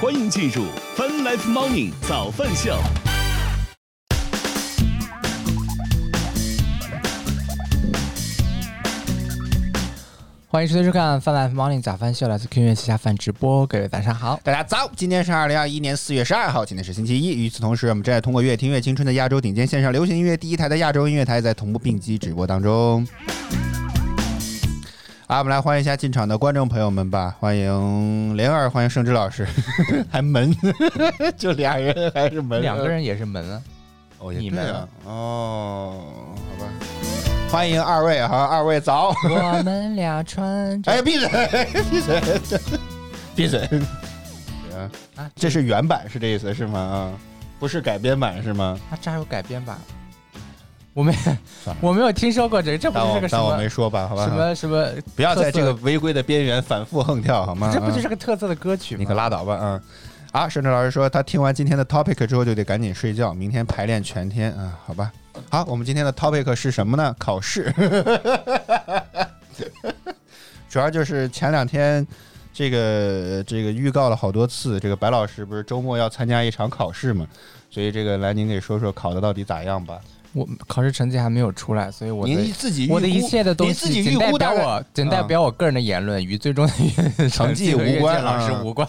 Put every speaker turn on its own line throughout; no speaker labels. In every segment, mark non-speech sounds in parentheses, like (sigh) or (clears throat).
欢迎进入 Fun Life Morning 早饭秀。
欢迎收听收看《饭来 Morning 早饭秀》，来自 Q 音乐旗下饭直播，各位晚上好。
大家早，今天是二零二一年四月十二号，今天是星期一。与此同时，我们正在通过“越听越青春”的亚洲顶尖线上流行音乐第一台的亚洲音乐台，在同步并机直播当中。啊，我们来欢迎一下进场的观众朋友们吧，欢迎灵儿，欢迎盛之老师， (laughs) 还门， (laughs) 就俩人还是门，
两个人也是门啊，
哦，
你
也
们
对啊，哦，好吧，欢迎二位哈，二位早，
我们俩穿着
呃哎，闭嘴， (laughs) 闭嘴，闭 (laughs) 嘴。行
啊，
这是原版是这意思是吗？啊，不是改编版是吗？
啊，这还有改编版？我没
算了，
我没有听说过这，这不
当
是
我
个什
当我
么
没说吧，好吧
什，么什么，
不要在这个违规的边缘反复横跳，好吗？
这不就
啊
是个特色的歌曲吗？
你可拉倒吧，嗯。啊，沈志老师说他听完今天的 topic 之后就得赶紧睡觉，明天排练全天啊、好吧。好，我们今天的 topic 是什么呢？考试， (laughs) 主要就是前两天这个这个预告了好多次，这个白老师不是周末要参加一场考试嘛，所以这个来您给说说考的到底咋样吧？
我考试成绩还没有出来，所以我
您
的
自己预估
我的一切的东
您自
西
己
仅
预
代
估
表
大概嗯
我仅代表我个人的言论，与最终
(laughs)
的
成绩
和
无
乐界
关
老师
啊
无关。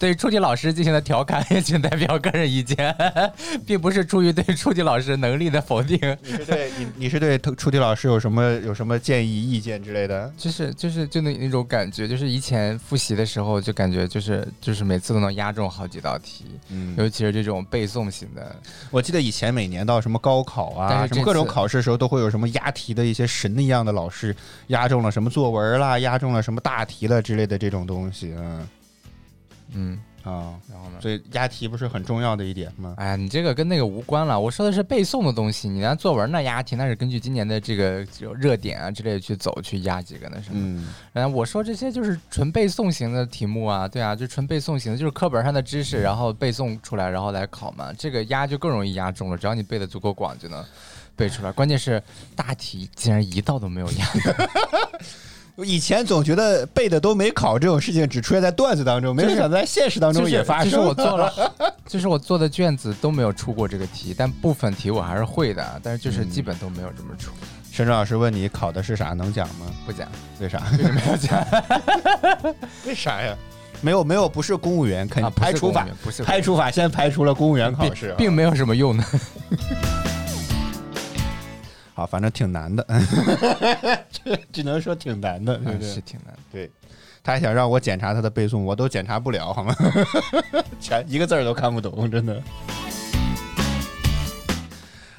对出题老师进行的调侃也仅代表个人意见， (laughs) 并不是出于对出题老师能力的否定。
你是对你你是对出题老师有什么有什么建议意见之类的？
就是就是就那那种感觉，就是以前复习的时候就感觉就是就是每次都能压中好几道题，
嗯
尤其是这种背诵型的，
我记得以前每年到什么高考
但
啊，
是这
什么各种
次
考试的时候，都会有什么押题的一些神一样的老师，押中了什么作文啦，押中了什么大题了之类的这种东西，嗯
嗯，
啊，
然后呢？
所以押题不是很重要的一点吗？
哎呀，你这个跟那个无关了。我说的是背诵的东西，你那作文那押题那是根据今年的这个这种热点啊之类的去走去押几个那什么。
嗯，
然后我说这些就是纯背诵型的题目啊，对啊，就纯背诵型的，就是课本上的知识，然后背诵出来，然后来考嘛。这个押就更容易押中了，只要你背的足够广就能背出来。关键是大题竟然一道都没有押。
以前总觉得背的都没考这种事情只出现在段子当中，没
就
有
是
想到在现实 (laughs) 当中也发生。
就是就是我做了，就是我做的卷子都没有出过这个题，但部分题我还是会的，但是
嗯
就是基本都没有这么出，
沈老师问你考的是啥，能讲吗？
不讲。
为
(laughs)
啥？
为什么要讲？
为啥呀？没有没有，不是公务员，肯定
啊不是
排除
公
法
务员，不是公务员
排除法先排除了公务员考试啊，
并没有什么用的。
好，反正挺难的，这 (laughs) 只能说挺难的，对不
(laughs)
对？
是挺难的。
啊对，他还想让我检查他的背诵，我都检查不了，好吗？ (laughs) 全一个字儿都看不懂，真的。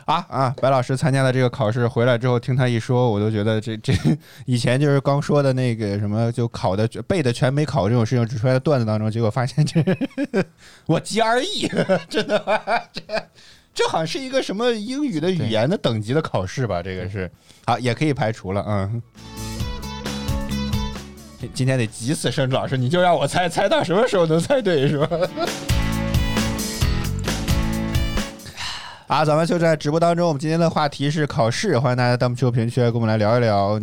啊啊！白老师参加了这个考试回来之后，听他一说，我都觉得这这以前就是刚说的那个什么，就考的背的全没考这种事情，只出现在段子当中，结果发现这我 GRE，真 (laughs) 的 (laughs) 这这好像是一个什么英语的语言的等级的考试吧？这个是好，也可以排除了，嗯。今天得急死盛志老师，你就让我猜，猜到什么时候能猜对是吧？ (laughs) 啊，咱们就在直播当中，我们今天的话题是考试，欢迎大家弹幕区、评论区来跟我们来聊一聊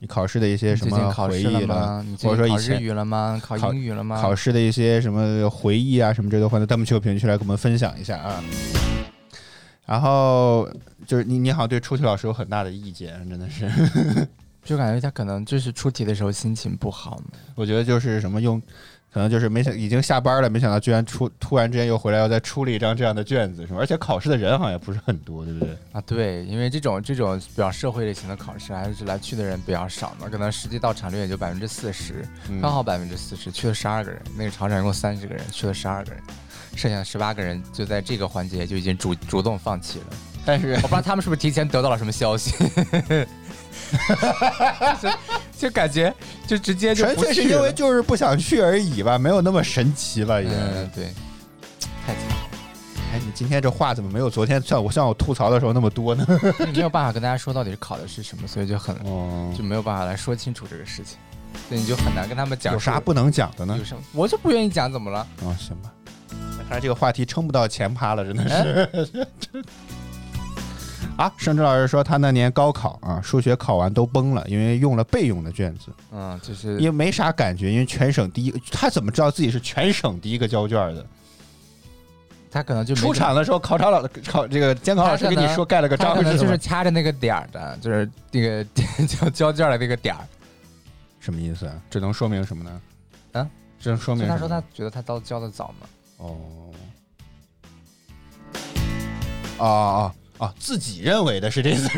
你考试的一些
你
什
最
么
近考
回
试
忆
了吗？你最
或者
近考
说以
日
前
语了吗？考
考
英语了吗？
考试的一些什么回忆啊，什么这都欢迎弹幕区、评论区来跟我们分享一下啊。然后就是你，你好像对出题老师有很大的意见，真的是。 (laughs)
就感觉他可能就是出题的时候心情不好嘛。
我觉得就是什么用，可能就是没想已经下班了，没想到居然出突然之间又回来要再出了一张这样的卷子，是吧？而且考试的人好像也不是很多，对不对？
啊，对，因为这种这种比较社会类型的考试，还是来去的人比较少嘛，可能实际到场率也就百分之四十，
嗯
刚嗯好百分之四十，去了十二个人，那个场场一共三十个人，去了十二个人，剩下的十八个人就在这个环节就已经主主动放弃了。
但是
我不知道他们是不是提前得到了什么消
(laughs)
息，就是就感觉就直接就
纯
不
粹是
去
因为
了
就是不想去而已吧，没有那么神奇吧也。
嗯
(laughs)
对，太惨了，
哎，你今天这话怎么没有昨天像我像我吐槽的时候那么多呢？
因为没有办法跟大家说到底是考的是什么，所以就很
哦，
就没有办法来说清楚这个事情，所以你就很难跟他们讲
(laughs) 有啥
说
不能讲的呢
有？什么，我就不愿意讲怎么了？
哦，行吧。 (laughs) 看来这个话题撑不到前趴了，真的是。啊，盛志老师说他那年高考啊，数学考完都崩了，因为用了备用的卷子，
嗯，就是
也没啥感觉，因为全省第一个，他怎么知道自己是全省第一个交卷的？
他可能就没
出场的时候，考场老考这个监考老师跟你说盖了个
他
章
可能
是
就是
吗？
掐着那个点儿的，就是那个 (laughs) 交交卷儿的那个点儿。
什么意思啊？这能说明什么呢？
啊，
这能说
就
明
是
什
他说
么呢
他觉得他到交的早嘛，
哦，啊啊啊！自己认为的是这次，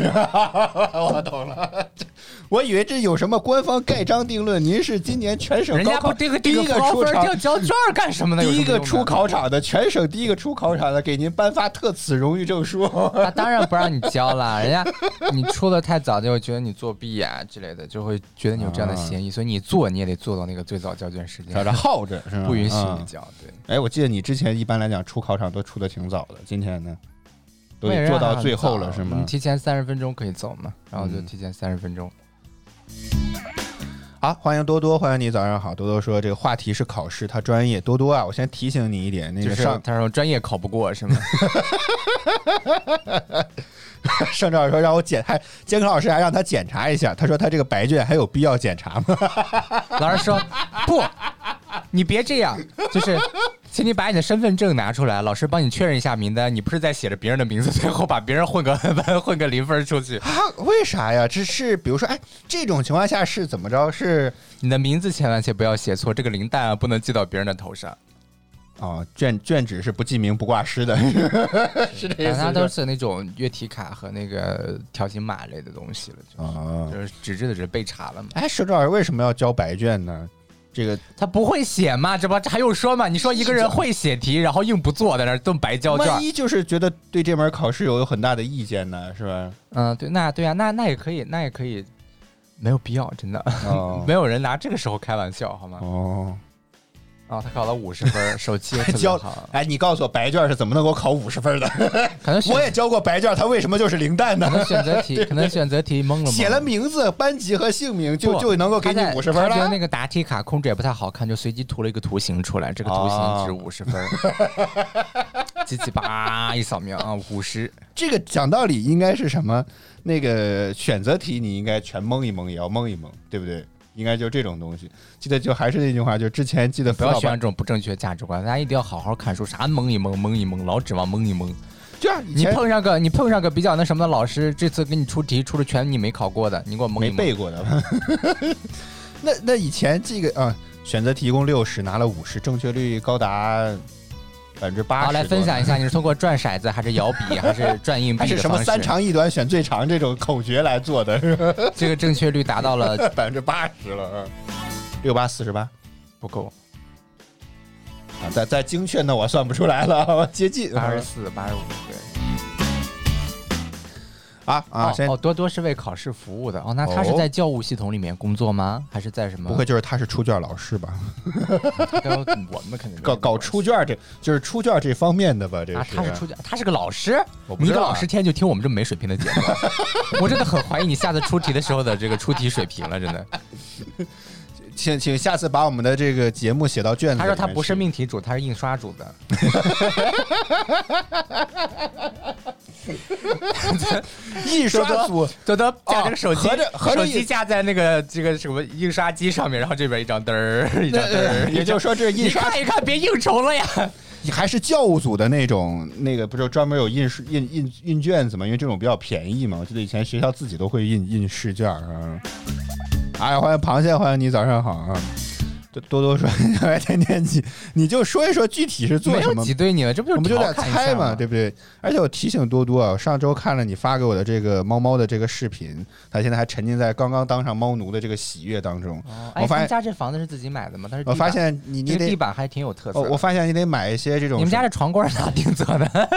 (laughs) 我懂了。 (laughs) 我以为这有什么官方盖章定论，您是今年全省
人
高
家
考
不这个
第
这
一个
高
出
分
场
要交卷儿干什么呢？有
第一
什么
个
用
出
呢
考场的，全省第一个出考场的，给您颁发特此荣誉证书。
(laughs)
(laughs)
他当然不让你交了，人家你出的太早，就会觉得你作弊啊之类的，就会觉得你有这样的
啊
嫌疑，所以你做你也得做到那个最早交卷时间，
小着耗着是吧？
不允许
啊
你交。对，
哎，我记得你之前一般来讲出考场都出的挺早的，今天呢，都
没
已
人
做
让
到
他
最
很早
后了是吗
你？提前三十分钟可以走嘛，然后就
嗯
提前三十分钟。
好，欢迎多多，欢迎你，早上好。多多说这个话题是考试，他专业。多多啊，我先提醒你一点，那
就
个
是
上 (laughs)
他说专业考不过是吗？
上赵说让我检，还监考老师还让他检查一下，他说他这个白卷还有必要检查吗？
老师
(laughs)
说不，你别这样，就是。请你把你的身份证拿出来，老师帮你确认一下名单。你不是在写着别人的名字，最后把别人混个 (laughs) 混个零分出去？
啊，为啥呀？这是比如说，哎，这种情况下是怎么着？是
你的名字千万且不要写错，这个零蛋啊不能记到别人的头
(laughs)
上。
啊、卷卷纸是不记名不挂失 (laughs) 的，是这意
然后
思
它都
是吧。
是那种乐体卡和那个条形码类的东西了，就
啊，
就是纸质的只是被查了嘛。
哎，盛老师为什么要交白卷呢？这个
他不会写嘛，这不这还用说嘛？你说一个人会写题，然后硬不做，在那儿动白交卷儿
万。一就是觉得对这门考试有很大的意见呢，是吧？
嗯，对，那对啊，那那也可以，那也可以，没有必要，真的，
哦 (laughs)
没有人拿这个时候开玩笑，好吗？
哦，
啊、他考了五十分，手
(laughs)
气也特别
交
好，
哎，你告诉我白卷是怎么能够考五十分的？
可能选
(laughs) 我也交过白卷，它为什么就是零
(laughs)
蛋
可
呢？
能选择
(laughs)
题，可能选择题蒙了蒙，
写了名字、班级和姓名就
不
就能够给
他
你
在
五十分啊
他觉得
了。
那个答题卡控制也不太好看，就随机涂了一个图形出来，这个图
啊
形值五十分儿，叽叽吧一扫描啊，五
(laughs)
十。
这个讲道理应该是什么？那个选择题你应该全蒙一蒙，也要蒙一蒙，对不对？应该就这种东西。记得就还是那句话，就之前记得
不要
辅
宣
导
扬
班，
这种不正确价值观，大家一定要好好看书，啥蒙一蒙，蒙一蒙，老指望蒙一蒙。
就像以
你
前
碰上个你碰上个比较那什么的老师，这次给你出题出的全你没考过的，你给我蒙
没
一蒙。
背过的。 (laughs) 那那以前这个啊，选择题一共六十，拿了五十，正确率高达百分之八
好，
十。
来分享一下，你是通过转骰子，还是摇
(laughs)
笔，还是转硬币
还
的
是什么
方
三
式？
长一短选最长这种口诀来做的，是吧？
这个正确率达到
(laughs)
了
百分之八十了，嗯六八四十八
不够，
啊，再再精确呢，我算不出来了，我接近
八十四、八十五对。
啊啊，
哦
先
哦，多多是为考试服务的哦。那他是
哦
在教务系统里面工作吗？还是在什么？
不会就是他是出卷老师吧？
嗯他 (laughs) 跟我们肯定没有
搞搞
关系
出卷这就是出卷这方面的吧？这
啊，他是出家，他是个老师
我，不
你一
知
个
道啊
老师天天就听我们这么没水平的节目，
(laughs)
我真的很怀疑你下次出题的时候的这个出题水平了，真
(laughs)
的。
请请下次把我们的这个节目写到卷子。
他说他不是，命题组，他是印刷组的。
艺术组哦
多多架这个手机，
合着合着
手
一
机架在那个这个什么印刷机上面，然后这边一张嘚儿，一张嘚
那
儿，
也就是说这
你
印刷
看一看，别应酬了呀。
还是教务组的那种，那个不是专门有印试印印印卷子嘛？因为这种比较便宜嘛。我记得以前学校自己都会印印试卷儿啊。哎，欢迎螃蟹，欢迎你，早上好啊！多多多说， (laughs) 来天天记，你就说一说具体是做
没
什
有
么
挤兑你了，这不就
我
是
们就
调
得
侃一
猜
下
嘛，
吗
对不对？而且我提醒多多啊，我上周看了你发给我的这个猫猫的这个视频，它现在还沉浸在刚刚当上猫奴的这个喜悦当中。
哦，
我
哎，他
发现
们家这房子是自己买的吗？但是
我
地板
发现你你
这个
得
地，板还挺有特色
哦
的。
我发现你得买一些这种
你们家这床柜儿咋定做
(laughs)
的？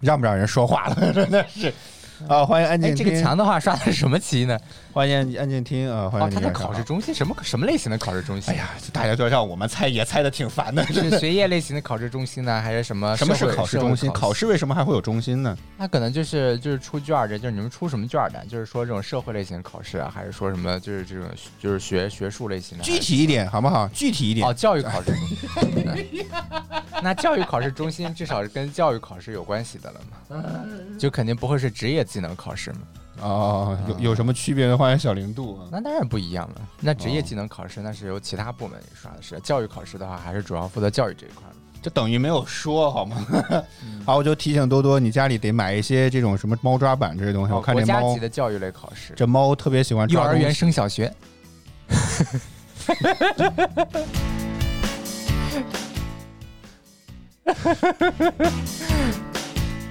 让不让人说话了，真的是。啊，欢迎安 (laughs)
哎，
静
这个
听
墙的话刷的是什么漆呢？
欢迎按键听啊，欢
哦，
迎
他
你
的
来看
考
啊
试中心什么什么类型的考试中心？
哎呀，这大家都让我们猜，也猜的挺烦的。
是学业类型的考试中心呢，还是什么？
(laughs) 什么是考试中心？考
试
试为什么还会有中心呢？
那可能就是就是出卷儿的，就是你们出什么卷儿的？就是说这种社会类型的考试啊，还是说什么就是这种就是学学术类型的？
具体一点好不好？具体一点
哎哦，。教育考试中心。那教育考试中心至少是跟教育考试有关系的了嘛？
嗯
就肯定不会是职业技能考试嘛？
哦，
啊
有有什么区别的话，小零度啊。
那当然不一样了。那
哦
职业技能考试那是由其他部门给刷的是，教育考试的话还是主要负责教育这一块儿。
这等于没有说好吗？
嗯
(laughs) 好，我就提醒多多，你家里得买一些这种什么猫抓板这些东西。
哦
我看
国
这
家
猫
级，的教育类考试，
这猫特别喜欢
幼
抓
儿
东
园
西
升小学。 (laughs)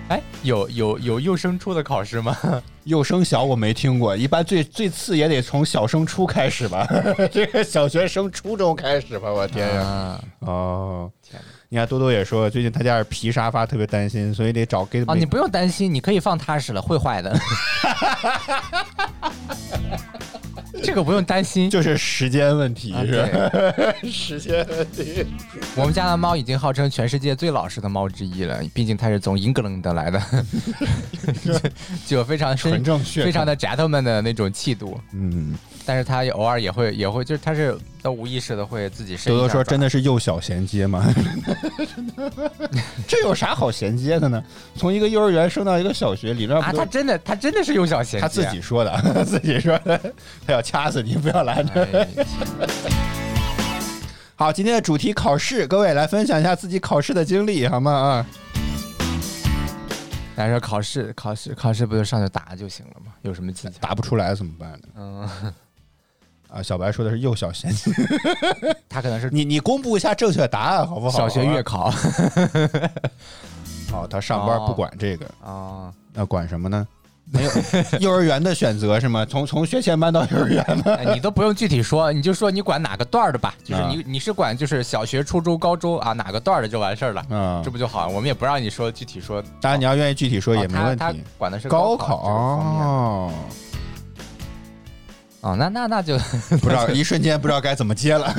哎，有有有幼升初的考试吗？
幼升小我没听过，一般最最次也得从小升初开始吧， (laughs) 这个小学升初中开始吧，
(laughs)
我天呀！
啊！
哦，
天哪！
你看多多也说，最近他家是皮沙发，特别担心，所以得找给
啊，
每
你不用担心，你可以放踏实了，会坏 (laughs) 的。这个不用担心。
就是时间问题
啊
是吧？
对，
(laughs) 时间问题。
我们家的猫已经号称全世界最老实的猫之一了，毕竟它是从英格兰德来的， (laughs) 就有非常深
纯正血统
非常的 gentleman 的那种气度。
(laughs) 嗯，
但是它偶尔也会也会，就是它是它无意识的会自己伸
多
一
多
下
说
爪
真的是幼小衔接吗？ (laughs) 这有啥好衔接的呢？从一个幼儿园升到一个小学，理论上
啊，
不
它
都
真的它真的是幼小衔接，
他自己说的， (laughs) 自己说的，他要掐死你，不要来这儿。
哎。
好，今天的主题考试，各位来分享一下自己考试的经历，好吗？啊，
大家说考试考试考试不就上去答就行了吗？有什么技巧？
答不出来怎么办呢？
嗯，
啊，小白说的是幼小衔接，
它可能是
(laughs) 你你公布一下正确答案好不好？
小学月
考，
考
哦，他上班不管这个，
啊。
那、管什么呢？没有 (laughs) 幼儿园的选择是吗？从从学前班到幼儿园
(laughs)
吗？
哎，你都不用具体说，你就说你管哪个段儿的吧，就是
啊
你你是管就是小学、初中、高中啊哪个段儿的就完事儿了，
啊
这，不就好？我们也不让你说具体说，
当然你要愿意具体说
哦
也没问
他他
题。
管的是
高
考
考
这个方面
哦，
(laughs) 哦，那那那就 (laughs)
不知道，一瞬间不知道该怎么接了。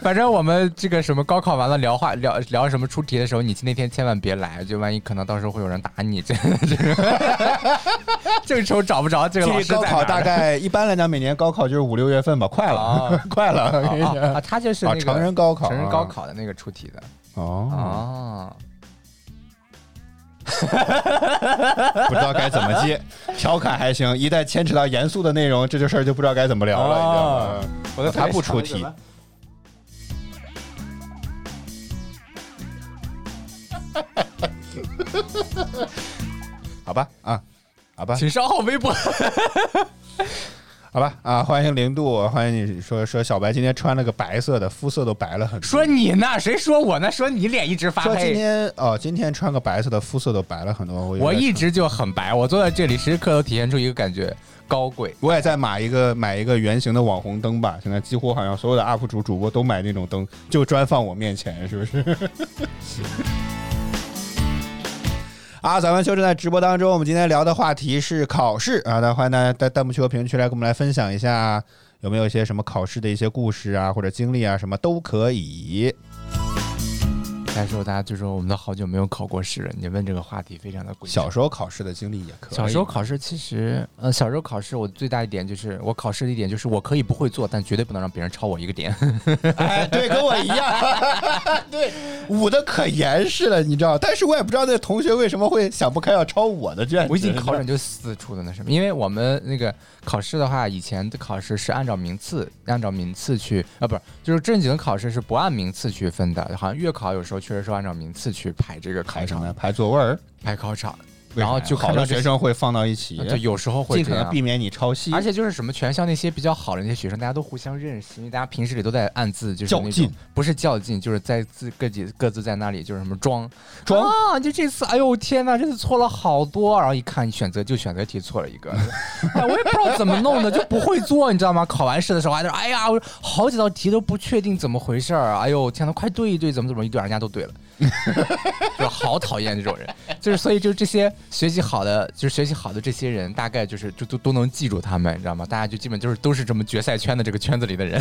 反正我们这个什么高考完了聊话聊聊什么出题的时候，你那天千万别来，就万一可能到时候会有人打你，这这 (laughs) 这时候找不着 (laughs) 这个老
距离
师在
(laughs) 高
哪儿
考大概一般来讲，每年高考就是五六月份吧，快了
哦，
(laughs) 快了。我跟你
啊啊
讲
啊，他就是那
啊，
个
成人高考，
成人高考的那个出题的
哦，
哦，
不知道该怎么接，调侃还行，一旦牵扯到严肃的内容，这就事儿就不知道该怎么聊了，你知道吗？
哦我的
他不出题，好吧啊，好吧，
请稍后微博。 (laughs)
好吧啊，欢迎零度，欢迎你说说小白今天穿了个白色的，肤色都白了很多。
说你呢？谁说我呢？说你脸一直发
说今
黑。
天哦，今天穿个白色的，肤色都白了很多。我
我
我
一直就很白，我坐在这里时时刻都体现出一个感觉高贵。
我也在买一个买一个圆形的网红灯吧，现在几乎好像所有的 UP 主主播都买那种灯，就专放我面前，是不是？啊，咱们就正在直播当中，我们今天聊的话题是考试啊，那欢迎大家在弹幕区和评论区来跟我们来分享一下，有没有一些什么考试的一些故事啊，或者经历啊，什么都可以。
但是大家就说我们都好久没有考过试了，你问这个话题非常的诡异。
小时候考试的经历也可以。
小时候考试其实，呃，小时候考试我最大一点就是我考试的一点就是我可以不会做，但绝对不能让别人超我一个
(laughs)
点。
哎，对，跟我一样， (laughs) 对，捂的可严实了，你知道？但是我也不知道那同学为什么会想不开要抄我的卷子。
我一进考场就四处的那什么，因为我们那个考试的话，以前的考试是按照名次，按照名次去啊，不是，就是正经考试是不按名次区分的，好像月考有时候确实是按照名次去排这个考
排什么呀？
场，
排作文儿，
排考场，
为啥呀
然后就
好
看到
的
这
学生会放到一起，
对，有时候会
尽
这
可能
样。
避免你抄袭。
而且就是什么全校那些比较好的那些学生，大家都互相认识，因为大家平时里都在暗自就是那种
较劲，
不是较劲，就是在自各自各自在那里就是什么装
装
啊！就这次，哎呦天呐，这次错了好多，然后一看选择就选择题错了一个，
(laughs)
哎，我也不知道怎么弄的，就不会做，你知道吗？考完试的时候还在那儿，哎呀，我好几道题都不确定怎么回事儿，哎呦天呐，快
(laughs)
对一对，怎么怎么一对，人家都对了。就是好讨厌这种人，就是所以就这些学习好的，就是学习好的这些人，大概就是就都都能记住他们，你知道吗？大家就基本就是都是这么决赛圈的这个圈子里的人，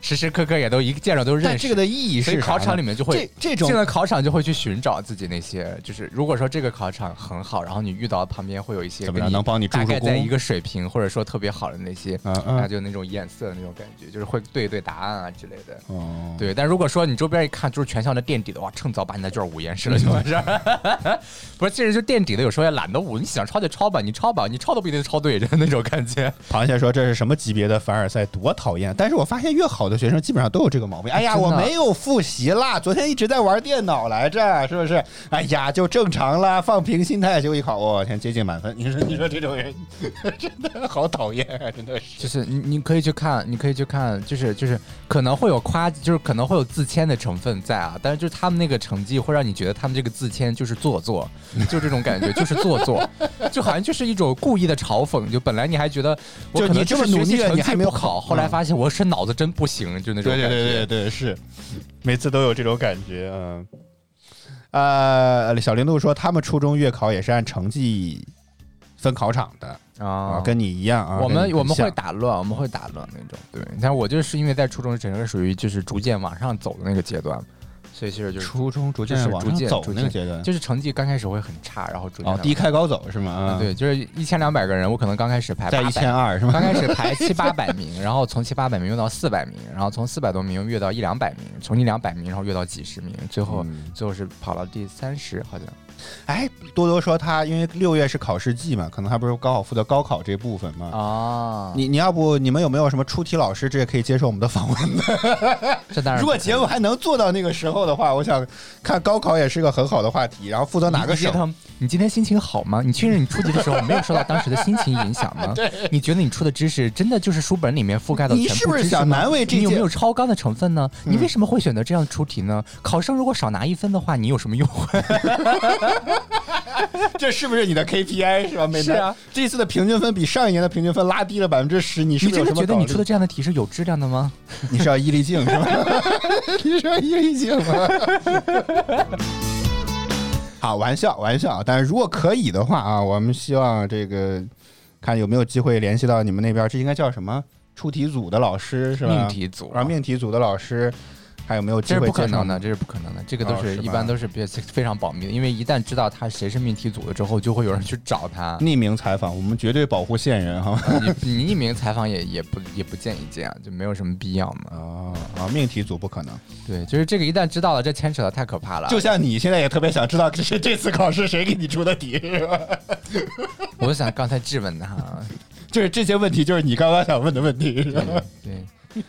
时时刻刻也都一见着都认识。
但这个的意义
所以
是啥呢
考场里面就会
这这种
进了考场就会去寻找自己那些，就是如果说这个考场很好，然后你遇到旁边会有一些
怎么
跟
样
你
能帮你助
大
助
概在
攻
一个水平或者说特别好的那些，
嗯
然后
嗯
就那种眼色的那种感觉，就是会对一对答案啊之类的。
哦，
对，但如果说你周边一看就是全校的垫底的话，趁早把你的卷儿捂严实
嗯
了就完事儿。 (laughs) 不是，其实就垫底的，有时候也懒得捂，你想抄就抄吧，你抄吧，你抄都不一定抄对，就是那种感觉。
螃蟹说这是什么级别的凡尔赛，多讨厌！但是我发现越好的学生基本上都有这个毛病。哎呀，
真的
我没有复习啦，昨天一直在玩电脑来着，是不是？哎呀，就正常啦，放平心态就一考，我、天，接近满分。你说，你说这种人 (laughs) 真的好讨厌啊，真的是。
就是你你可以去看，你可以去看，就是就是可能会有夸，就是可能会有自谦的成分在啊，但是就是他们那个成绩会让你觉得他们这个自谦就是做作，就这种感觉，就是做
(laughs)
作，就好像就是一种故意的嘲讽。就本来你还觉得我
就
可能
你这么
是学习
努力了
成
你
绩
还没有
不好，
考
后来
嗯
发现我是脑子真不行，就那种
对
感觉。
对对对对，是，每次都有这种感觉，嗯。呃，小林路说他们初中月考也是按成绩分考场的啊
啊，，
跟你一样啊。
我
跟
们
你很
我们会
像
打乱，我们会打乱那种。对，但我就是因为在初中整个属于就是逐渐往上走的那个阶段，所以其实就是
初中逐
就是
渐哎往
逐
上
渐
走
逐
那个
渐
阶段，
就是成绩刚开始会很差，然后逐渐
哦，
地
低开高走是吗？啊，
对，就是一千两百个人，我可能刚开始排
在一
800
千，啊二是 (laughs) 吗？
刚开始排七八百名，然后从七八百名用到四百名，然后从四百多名跃到一两百名，从一两百名然后跃到几十名，最后、
嗯
最后是跑到第三十，好像
哎，多多说他因为六月是考试季嘛，可能他不是刚好负责高考这部分嘛。
啊
嗯你你要不你们有没有什么出题老师，这也可以接受我们的访问的？
这当然
如果
不可
节
以
目还能做到那个时候的话，我想看高考也是个很好的话题。然后负责哪个
你觉
省？
得你今天心情好吗？你确认你出题的时候没有受到当时的心情影响
(laughs)
吗？你觉得你出的知识真的就是书本里面覆盖的全
你
部知识
是不是想
吗
难为这嗯
你有
届
没有超纲的成分呢？你为什么会选择这样出题呢？考生如果少拿一分的话，你有什么用？
(laughs) 这是不是你的 KPI 是吧？每
是啊，
这次的平均分比上一年的平均分拉低了百分之十，你是
你
不是
真的
有什么
觉得你
考虑
出的这样的题是有质量的吗？
你是要伊丽静是吧？你是要伊丽静吗？好，玩笑玩笑，啊但是如果可以的话啊，我们希望这个看有没有机会联系到你们那边，这应该叫什么出题组的老师是吧？
命题组
啊，命题组的老师还有没有机
这是
会
不可
介绍
能的，？这是不可能的，这个都
哦
是
是
一
吧
般都是别非常保密的，因为一旦知道他谁是命题组了之后，就会有人去找他。
匿名采访，我们绝对保护线人哈。
你你匿名采访也也不也不建议这样，就没有什么必要嘛。
啊 (laughs) 啊，命题组不可能，
对，就是这个一旦知道了，这牵扯的太可怕了。
就像你现在也特别想知道这是这次考试谁给你出的题是吧？ (laughs)
我想刚才质问他，
就是这些问题，就是你刚刚想问的问题是吧？
对，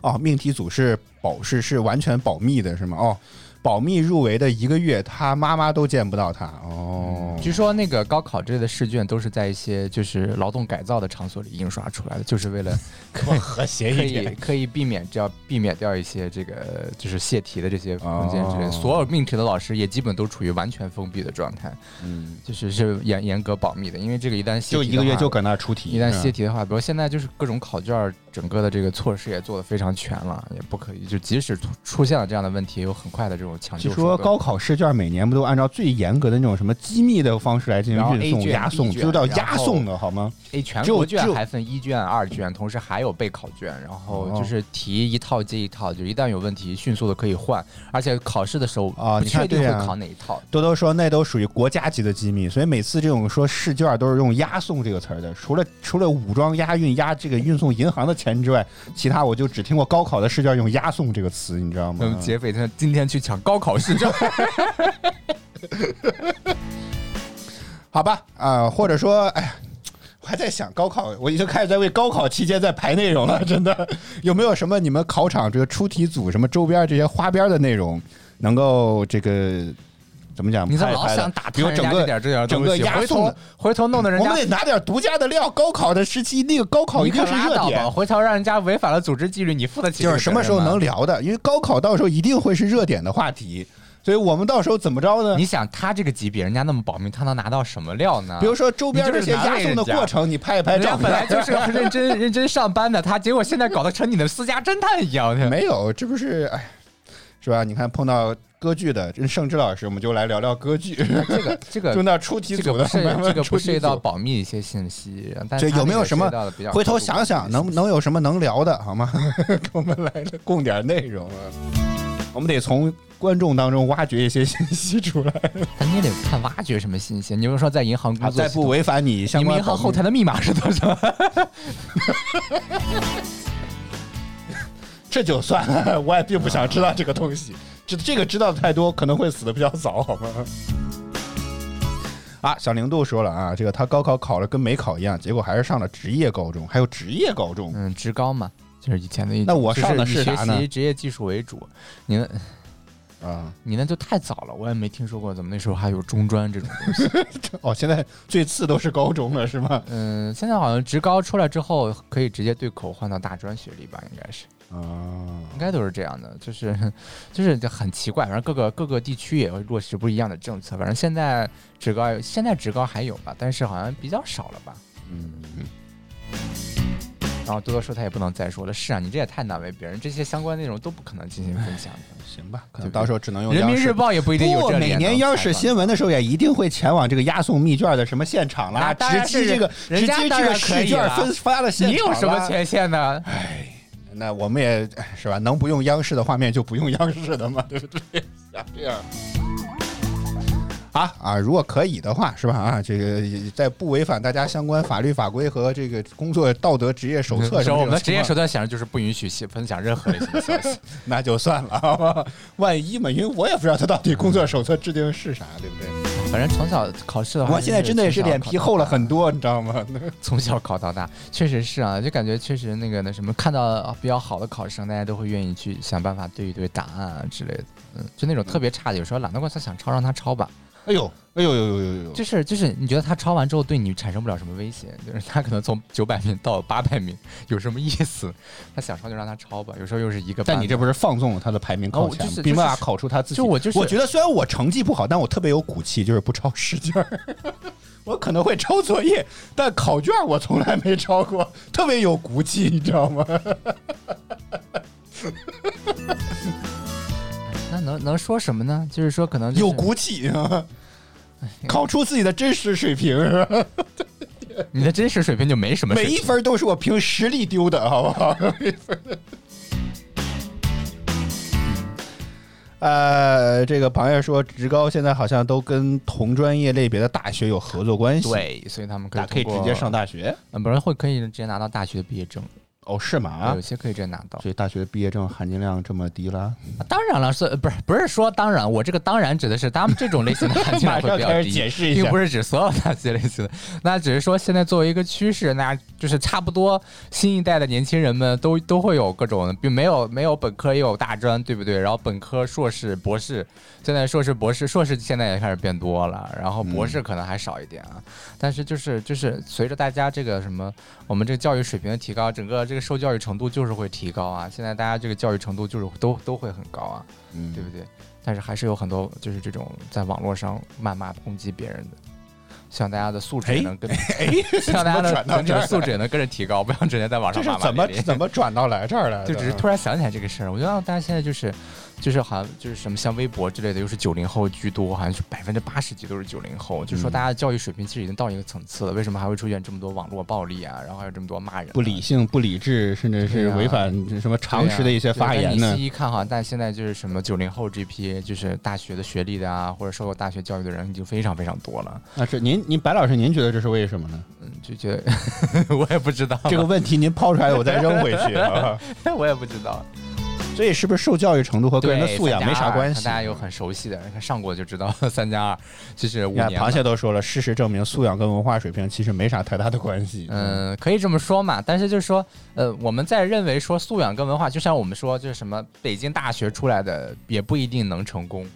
哦，命题组是保是是完全保密的，是吗？哦，保密入围的一个月，他妈妈都见不到他。哦，
据说那个高考之类的试卷都是在一些就是劳动改造的场所里印刷出来的，就是为了
更嗯 (laughs) 和谐
可
一
以
点。
可以避免掉避免掉一些这个就是泄题的这些空间之类的。
哦
所有命题的老师也基本都处于完全封闭的状态，
嗯，
就是是严严格保密的，因为这个一旦泄
就
题
一个
的
月
话
就搁那儿出题，嗯
一旦
是吧
泄题的话，比如现在就是各种考卷儿整个的这个措施也做得非常全了，也不可以就即使出出现了这样的问题，也有很快的这种抢救
据
手
说
段。
高考试卷每年不都按照最严格的那种什么机密的方式来进
然后
行
A
运送、
卷
押
B
送，
卷
就叫
然
押
后
送的好吗？
诶，全
只有
国
只
卷
有
还分一卷、二卷，同时还有备考卷，然后
哦
就是题一套接一套，就一旦有问题，迅速的可以换，而且考试的时候
啊
不
你看
确定
对
会
啊
考哪一套。
多多说那都属于国家级的机密，所以每次这种说试卷都是用押送这个词儿的。除了除了武装押运押这个运送银行的钱之外，其他我就只听过高考的试卷用押送这个词，你知道吗？
那么劫匪他今天去抢高考试卷，
好吧，啊、或者说，哎呀，我还在想高考，我已经开始在为高考期间在排内容了。 (laughs) 真的，有没有什么你们考场这个出题组什么周边这些花边的内容，能够这个怎么讲？
你咋
拍一
老
拍的
想打探
比如
人
整
家
个
这点这点
整个
东西，
押
回
送
头回头弄得人
我
家
们得拿点独家的料，高考的时期那个高考
你
一定
可
是
拉
热
倒吧，
点，
回头让人家违反了组织纪律，你负得起这
就
个责任吗？
是什么时候能聊的，因为高考到时候一定会是热点的话题，所以我们到时候怎么着
(laughs)
呢
你？想他这个级别，人家那么保密，他能拿到什么料呢？哎
比如说周边
你就
这
是
些
难
押
为
送的
人家
过程，你拍一拍
人家
照
本来
片。
就是个认 (laughs) 真 (laughs) 认真上班的，他结果现在搞得成你的私家侦探一样。
没有，这不是哎，是吧？你看碰到歌剧的这盛之老师，我们就来聊聊歌剧，
这个这
就
个
那出题
这
组
个不
的，
涉
慢慢
这个
出
不
题
涉及到
组
保密一些信息，但
这
是它
有没
那
有
个
什
涉及
么
到的比较
回
高
头
度
想
保
想
密
能
信息
能有什么能聊的，好吗？ (laughs) 给我们来供点内容啊！我们得从观众当中挖掘一些信息出来，
咱也得看挖掘什么信息。你比如啊说在银行工作
在
系统，
不违反你相
你们
关
银行
保密
后台的密码是多少？
这就算了， (laughs) 我也并不想知道这个东西，这这个知道的太多，可能会死的比较早，好吗？啊，小零度说了啊，这个他高考考了跟没考一样，结果还是上了职业高中，还有职业高中，
嗯，职高嘛，就是以前的一种。
那我上的
就是是以
啥呢
学习职业技术为主，你那嗯
啊，
你那就太早了，我也没听说过，怎么那时候还有中专这种东西？
哦，现在最次都是高中了，是吗？
嗯，现在好像职高出来之后，可以直接对口换到大专学历吧，应该是，
啊，
应该都是这样的，就是就是很奇怪，反正各个各个地区也会落实不一样的政策，反正现在职高现在职高还有吧，但是好像比较少了吧。
嗯。
然后多多说他也不能再说了，是啊，你这也太难为别人，这些相关内容都不可能进行分享的。
行吧，可
对不对
能到时候只能用
人民
央视
日报也不一定有
不，
这
每
脸
年
能
央
采
视
访
新闻的时候也一定会前往这个押送密卷的什么现场啦，
那当然
直击
是
这个直
人
击
家
这
当
个
然可
试
以
卷
啦
分发的现
你
场。
有什么？权限 (laughs) 呢？
那我们也哎是吧？能不用央视的画面就不用央视的嘛，对不对？ (laughs) 像这样。啊啊！如果可以的话，是吧？啊，这个也在不违反大家相关法律法规和这个工作道德职业手册
嗯
什
是
么
我们
这种
的职业
情况
手段显然就是不允许信分享任何类型的消息。
那就算了，好吧万一嘛，因为我也不知道他到底工作手册制定是啥，对不对？
(laughs) 反正从小考试的话，
我现在真的也是脸皮厚了很
多，
多，你知道吗？ (laughs)
从小考到大，确实是啊，就感觉确实那个那什么，看到啊比较好的考生，大家都会愿意去想办法对一对答案啊之类的。嗯，就那种特别差的，有时候懒得过他想抄，让他抄吧。
哎呦，哎呦呦呦呦呦！
就是就是，你觉得他抄完之后对你产生不了什么威胁，就是他可能从九百名到八百名，有什么意思？他想抄就让他抄吧。有时候又是一个班的，
但你这不是放纵了他的排名靠
哦
前
就
吗，
是
并没有
就
法
是
考出他自己。
就我就是
我觉得虽然我成绩不好，但我特别有骨气，就是不抄试卷儿。 (laughs) 我可能会抄作业，但考卷我从来没抄过，特别有骨气，你知
(laughs)
道吗？
那能能说什么呢？就是说可能、就是、
有骨气 (laughs) 啊，考出自己的真实水平，是吧
你的真实水平就没什么水
每
平。
一分都是我凭实力丢的，好不好？ (laughs) 每一分呃，这个朋友说，职高现在好像都跟同专业类别的大学有合作关系，，
对，所以他们可
那
以
可以
通
直
过
接上，大学。
嗯，不是会可以直接拿到大学的毕业证，
哦，是吗？啊
有，些可以直接拿到。
所以大学毕业证含金量这么低啦？
啊当然了，是呃不是不是说当然，我这个当然指的是他们这种类
(laughs)
型的含金量会比
马上
较
开始解
低，
释一下
并不是指所有大学类型的，那只是说现在作为一个趋势，那就是差不多新一代的年轻人们都都会有各种，并没有没有本科也有大专，对不对？然后本科、硕士、博士，现在硕士、博士、硕士现在也开始变多了，然后博
嗯
士可能还少一点啊，但是就是就是随着大家这个什么，我们这个教育水平的提高，整个这个受教育程度就是会提高啊，现在大家这个教育程度就是都都会很高啊。
嗯
对不对？但是还是有很多就是这种在网络上谩骂攻击别人的，希望大家的素质也能
(laughs)
跟，希望大家
哎怎么转
的
到
整体
这儿
的
来
(laughs) 素质也能跟着提高，不要整天在网
这
上
是
骂骂
怎么
咧咧
怎么转到来这儿来的？
(laughs)
(laughs)
就只是突然想起来这个事儿，我觉得大家现在就是，就是好像就是什么像微博之类的，又是九零后居多，好像是百分之八十几都是九零后，就
嗯
说大家的教育水平其实已经到一个层次了，为什么还会出现这么多网络暴力啊，然后还有这么多骂人啊、
不理性、不理智，甚至是
对啊
违反什么常
对呀
识的一些
就是
发
但
言
你
呢？
细一看哈，但现在就是什么九零后这批，就是大学的学历的啊，或者受过大学教育的人已经非常非常多了。
那是您您白老师，您觉得这是为什么呢？
嗯，就觉得 (laughs) 我也不知道，
这个问题您抛出来，我再扔回去。啊
(laughs) 我也不知道，
所以是不是受教育程度和个人的
对
素养
三加
没啥
二
关
看
系？
大家有很熟悉的，看上过就知道三加二就是五
你看
年嘛。
螃蟹都说了，事实证明素养跟文化水平其实没啥太大的关系。
嗯，可以这么说嘛，但是就是说，呃，我们在认为说素养跟文化，就像我们说，就是什么北京大学出来的也不一定能成功，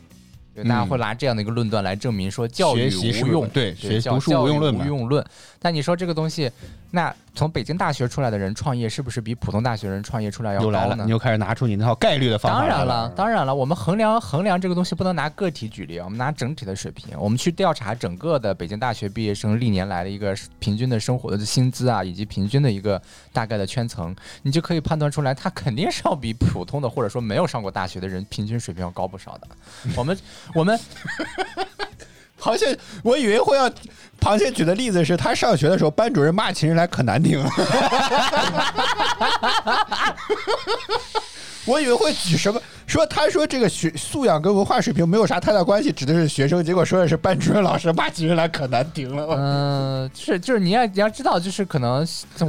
对，大家
嗯
会拿这样的一个论断来证明说教
学
育
习是
无
不
用，
对，学
教
读书
教
无
育
用论
无
嘛。
用论。但你说这个东西，那从北京大学出来的人创业，是不是比普通大学人创业出来要
又来
高
了，
呢
你？又开始拿出你那套概率的方法
当
来
然了，当然了，我们衡量衡量这个东西不能拿个体举例，啊我们拿整体的水平，我们去调查整个的北京大学毕业生历年来的一个平均的生活的薪资啊，以及平均的一个大概的圈层，你就可以判断出来，他肯定是要比普通的或者说没有上过大学的人平均水平要高不少的。我们我们
螃蟹， (laughs) 我以为会要螃蟹举的例子是他上学的时候，班主任骂起人来可难听了。 (laughs) 我以为会举什么说，他说这个学素养跟文化水平没有啥太大关系，指的是学生，结果说的是班主任老师骂起人来可难听了。
嗯、就是就是你要你要知道，就是可能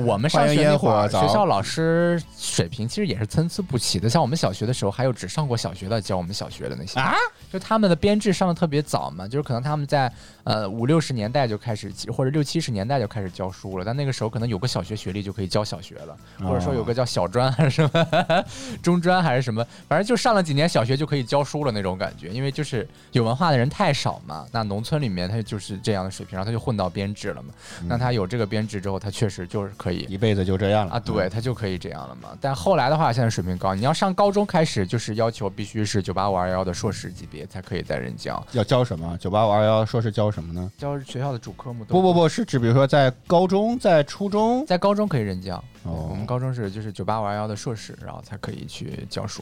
我们上
欢迎
学那
烟
会儿，
火早
学校老师水平其实也是参差不齐的。像我们小学的时候，还有只上过小学的教我们小学的那些
啊，
就他们的编制上的特别早嘛，就是可能他们在呃五六十年代就开始，或者六七十年代就开始教书了。但那个时候可能有个小学学历就可以教小学了，或者说有个叫小专还是什么中专还是什么，反正就上了几年小学就可以教书了那种感觉。因为就是有文化的人太少嘛，那农村里面他就是这样的水平，然后他就混到编制了嘛。
嗯
那他有这个编制之后，他确实就是可以
一辈子就这样了
啊，对，他就可以这样了嘛。但后来的话，现在水平高，你要上高中开始，就是要求必须是九八五二幺的硕士级别才可以在任教，
要教什么？九八五二幺硕士教什么呢？
教学校的主科目都
不不，不是指，比如说在高中、在初中，
在高中可以任教。对
哦
我们高中是就是九八五二幺的硕士，然后才可以去教书，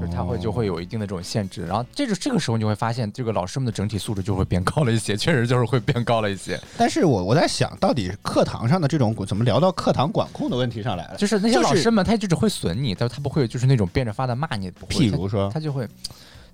就是他会就
哦
会有一定的这种限制。然后这就这个时候你就会发现，这个老师们的整体素质就会变高了一些，确实就是会变高了一些。
但是我我在想到底课堂上的这种怎么聊到课堂管控的问题上来了？
就是那些
就是
老师们，他就只会损你，但他不会就是那种变着法的骂你，不会
譬如说
他，他就会。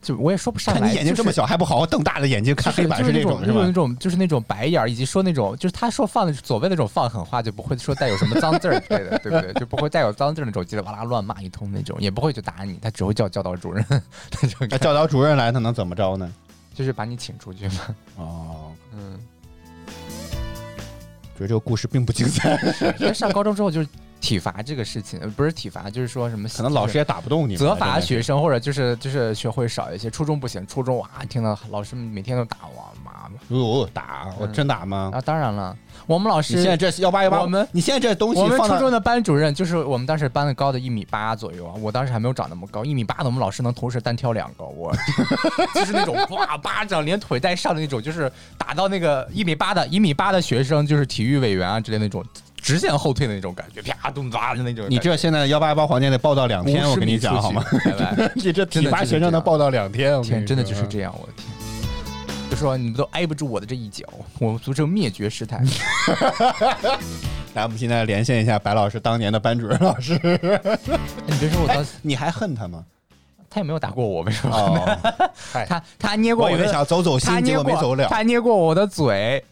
就我也说不上
看
来，
你眼睛这
就是
么小还不好好瞪大的眼睛看黑板
就是
这
那
种是
就是那
吧？
种就是那种白眼儿，以及说那种就是他说放的所谓的那种放狠话，就不会说带有什么脏字儿之类的，对不对？就不会带有脏字儿那种叽里哇啦乱骂一通那种，也不会就打你，他只会叫教导主任， (laughs) 他就
那教导主任来，他能怎么着呢？
就是把你请出去嘛。
哦，
嗯，
觉得这个故事并不精彩，
(laughs) 因为上高中之后就是体罚这个事情，呃不是体罚，就是说什么
可能老师也打不动你们。
责罚
真的是
学生，或者就是就是学会少一些。初中不行，初中哇，听到老师们每天都打我啊妈妈。
哟呃打我真打吗？
啊，当然了，我们老师
嗯你现在这幺八幺八，
我们
你现在这东西
我们
放
初中
到
的班主任就是我们当时班的高的一米八左右啊，我当时还没有长那么高，一米八的我们老师能同时单挑两个，我 (laughs) 就是那种哇巴掌连腿带上的那种，就是打到那个一米八的一米八的学生，就是体育委员啊之类的那种直线后退的那种感觉，啪咚哒的那种感觉。
你这现在幺八幺八黄金得报道两天，
50
我跟你
米
讲
出
好
去
吗？？
拜
(laughs)
拜
你这
真
体
的
罚
就是
学
这
生能
样
报道两天，我跟
天，
你
真的
说
就是这样，我的天。就说你们都挨不住我的这一脚，我足只有灭绝
(laughs)
哎师太。
来，我们现在连线一下白老师当年的班主任老师， (laughs)
你别说我当时，
你还恨
(laughs)
他吗？
他也没有打过我，为什么？
哦，
他他捏过
我
我
以为
的
想走走
他
心，结
捏
果
过
没走了
他捏过我的嘴，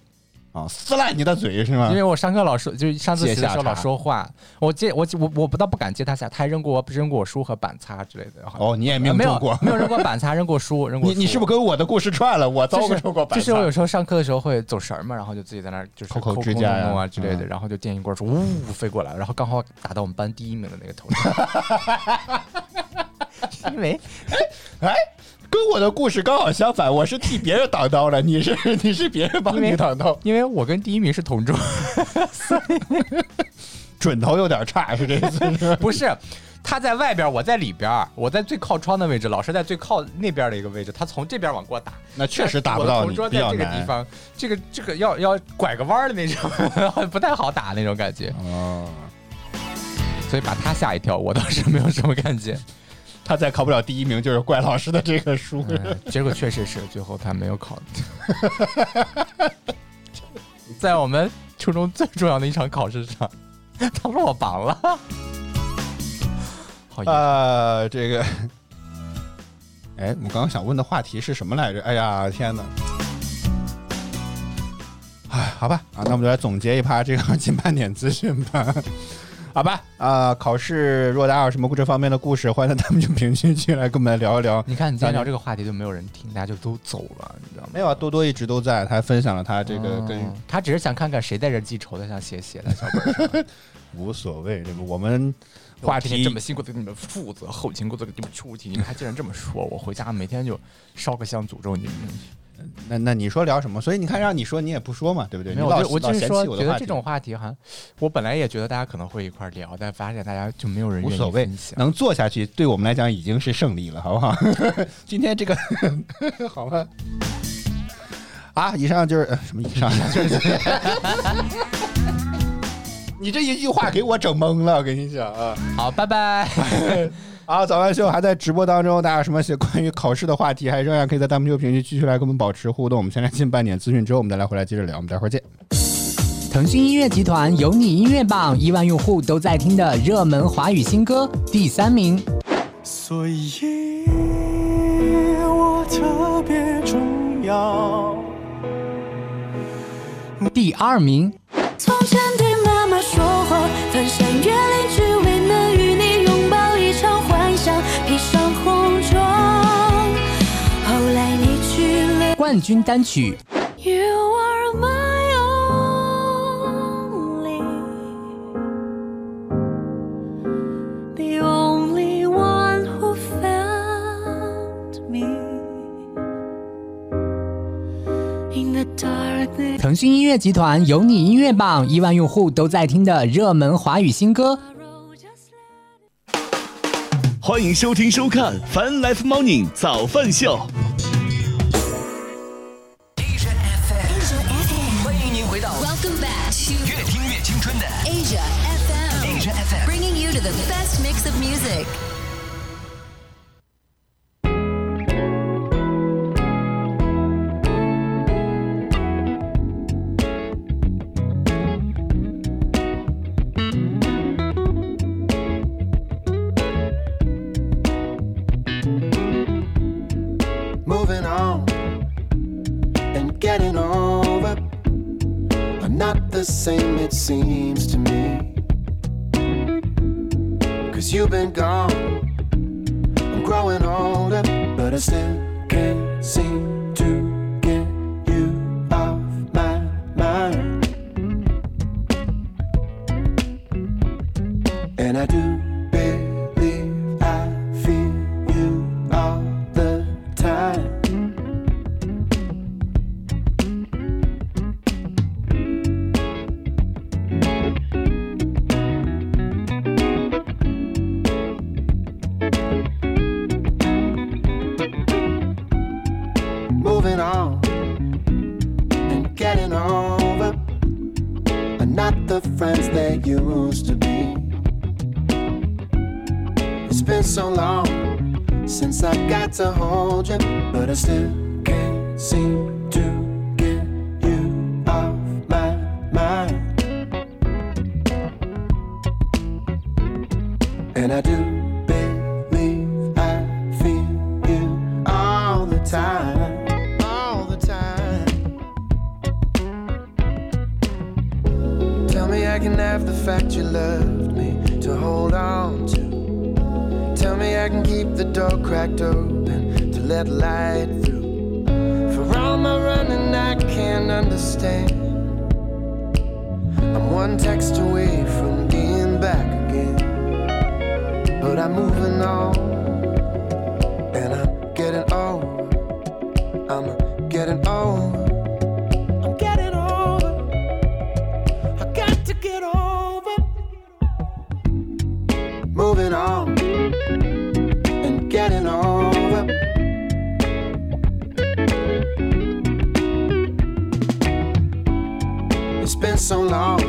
啊！撕烂你的嘴是吗
因？为我上课老说，就是上自习的时候
嗯接下茬
老说话，我接我我我不倒不敢接他下，他还扔过我扔过我书和板擦之类的。
哦，你也
呃
命
没
中
有。
过
没有扔过板擦，扔过书，扔过
(laughs) 你
书
你是不是跟我的故事串了？我遭
就是
受过白
就是我有
擦。
时候上课的时候会走神儿嘛，然后就自己在那儿就是
抠抠
抠
指甲呀
弄弄啊之类的，
嗯
然后就电一棍儿说呜飞过来了，然后刚好打到我们班第一名的那个头上。 (laughs) 因为
哎，跟我的故事刚好相反，我是替别人挡刀的，你是 (laughs) 你是别人帮
因
你
为
挡刀，
因为我跟第一名是同桌， (laughs)
准头有点差，是这意思
(laughs)
是吧
不是，他在外边儿，我在里边儿，我在最靠窗的位置，老师在最靠那边儿的一个位置，他从这边儿往过打，
那确实打不到
我的同
你，
桌
比
在
较
这个地
难。
方，这个这个要要拐个弯儿的那种， (laughs) 不太好打那种感觉，
哦，
所以把他吓一跳，我倒是没有什么感觉。
他再考不了第一名，就是怪老师的这个书。
嗯结果确实是最后他没有考。 (laughs) 在我们初中最重要的一场考试上，他落榜了。好严，
(laughs) 啊，这个，哎，我刚刚想问的话题是什么来着？哎呀，天哪！哎，好吧，啊，那我们就来总结一趴这个近半点资讯吧。 (laughs) 好吧，啊、考试若大家有什么这方面的故事，欢迎在弹幕评论区来跟我们聊一聊。
你看你今天聊这个话题就没有人听，大家就都走了，你知道吗？
没有啊，多多一直都在，他分享了他这个跟、
哦他只是想看看谁在这儿记仇的，想写写 (laughs) 的小本儿上。
无所谓，这个我们话
我天天
题
这么辛苦的给你们负责，后勤工作给你们出题，你们还竟然这么说，我回家每天就烧个香诅咒你们。
那那你说聊什么？所以你看，让你说你也不说嘛，对不对？
没有，
你老
我就我
老
只是
嫌
说
弃，我的
觉得
话
这
题
种话题好像，我本来也觉得大家可能会一块儿聊，但发现大家就没有人
无
愿意
所谓
分享，
能做下去，对我们来讲已经是胜利了，好不 (laughs) 好？今天这个 (laughs) 好吧。啊，以上就是、呃什么？以上 (laughs) 就是。你这一句话给我整懵了，我跟你讲啊。
好，拜拜。
啊，早安秀还在直播当中，大家有什么关于考试的话题，还仍然可以在弹幕区评论区继续来跟我们保持互动。我们先来进半点资讯，之后我们再来回来接着聊，我们待会儿见。
腾讯音乐集团有你音乐榜亿万用户都在听的热门华语新歌第三名，
所以我特别重要。
第二名，
从前对妈妈说谎，翻山越岭只为能与你拥抱一场幻想，披上红妆。后来你去了
冠军单曲
，You are my only，the only one who found me in the darkness。
腾讯音乐集团有你音乐榜亿万用户都在听的热门华语新歌
Tomorrow just let
欢迎收听收看《Fun Life Morning 早饭秀》。
欢迎您回到
Welcome back to
越听越青春的
Asia FM,
Asia FM。
bringing you to the best mix of music.
Cause you've been gone. I'm growing older, but I still can't seem to get you off my mind. And I do believe I feel you all the time. moving on and getting over are not the friends they used to be. It's been so long since I got to hold you, but I still can't seem to get you off my mind. And I do believe I feel you all the time, all the time. Tell me I can have the fact you loved me to hold on to. Tell me I can keep the door cracked open to let light through. For all my running, I can't understand. I'm one text away from being back again but I'm moving on, and I'm getting old. I'm getting old. I'm getting over. I got to get over. Moving on and getting over. It's been so long.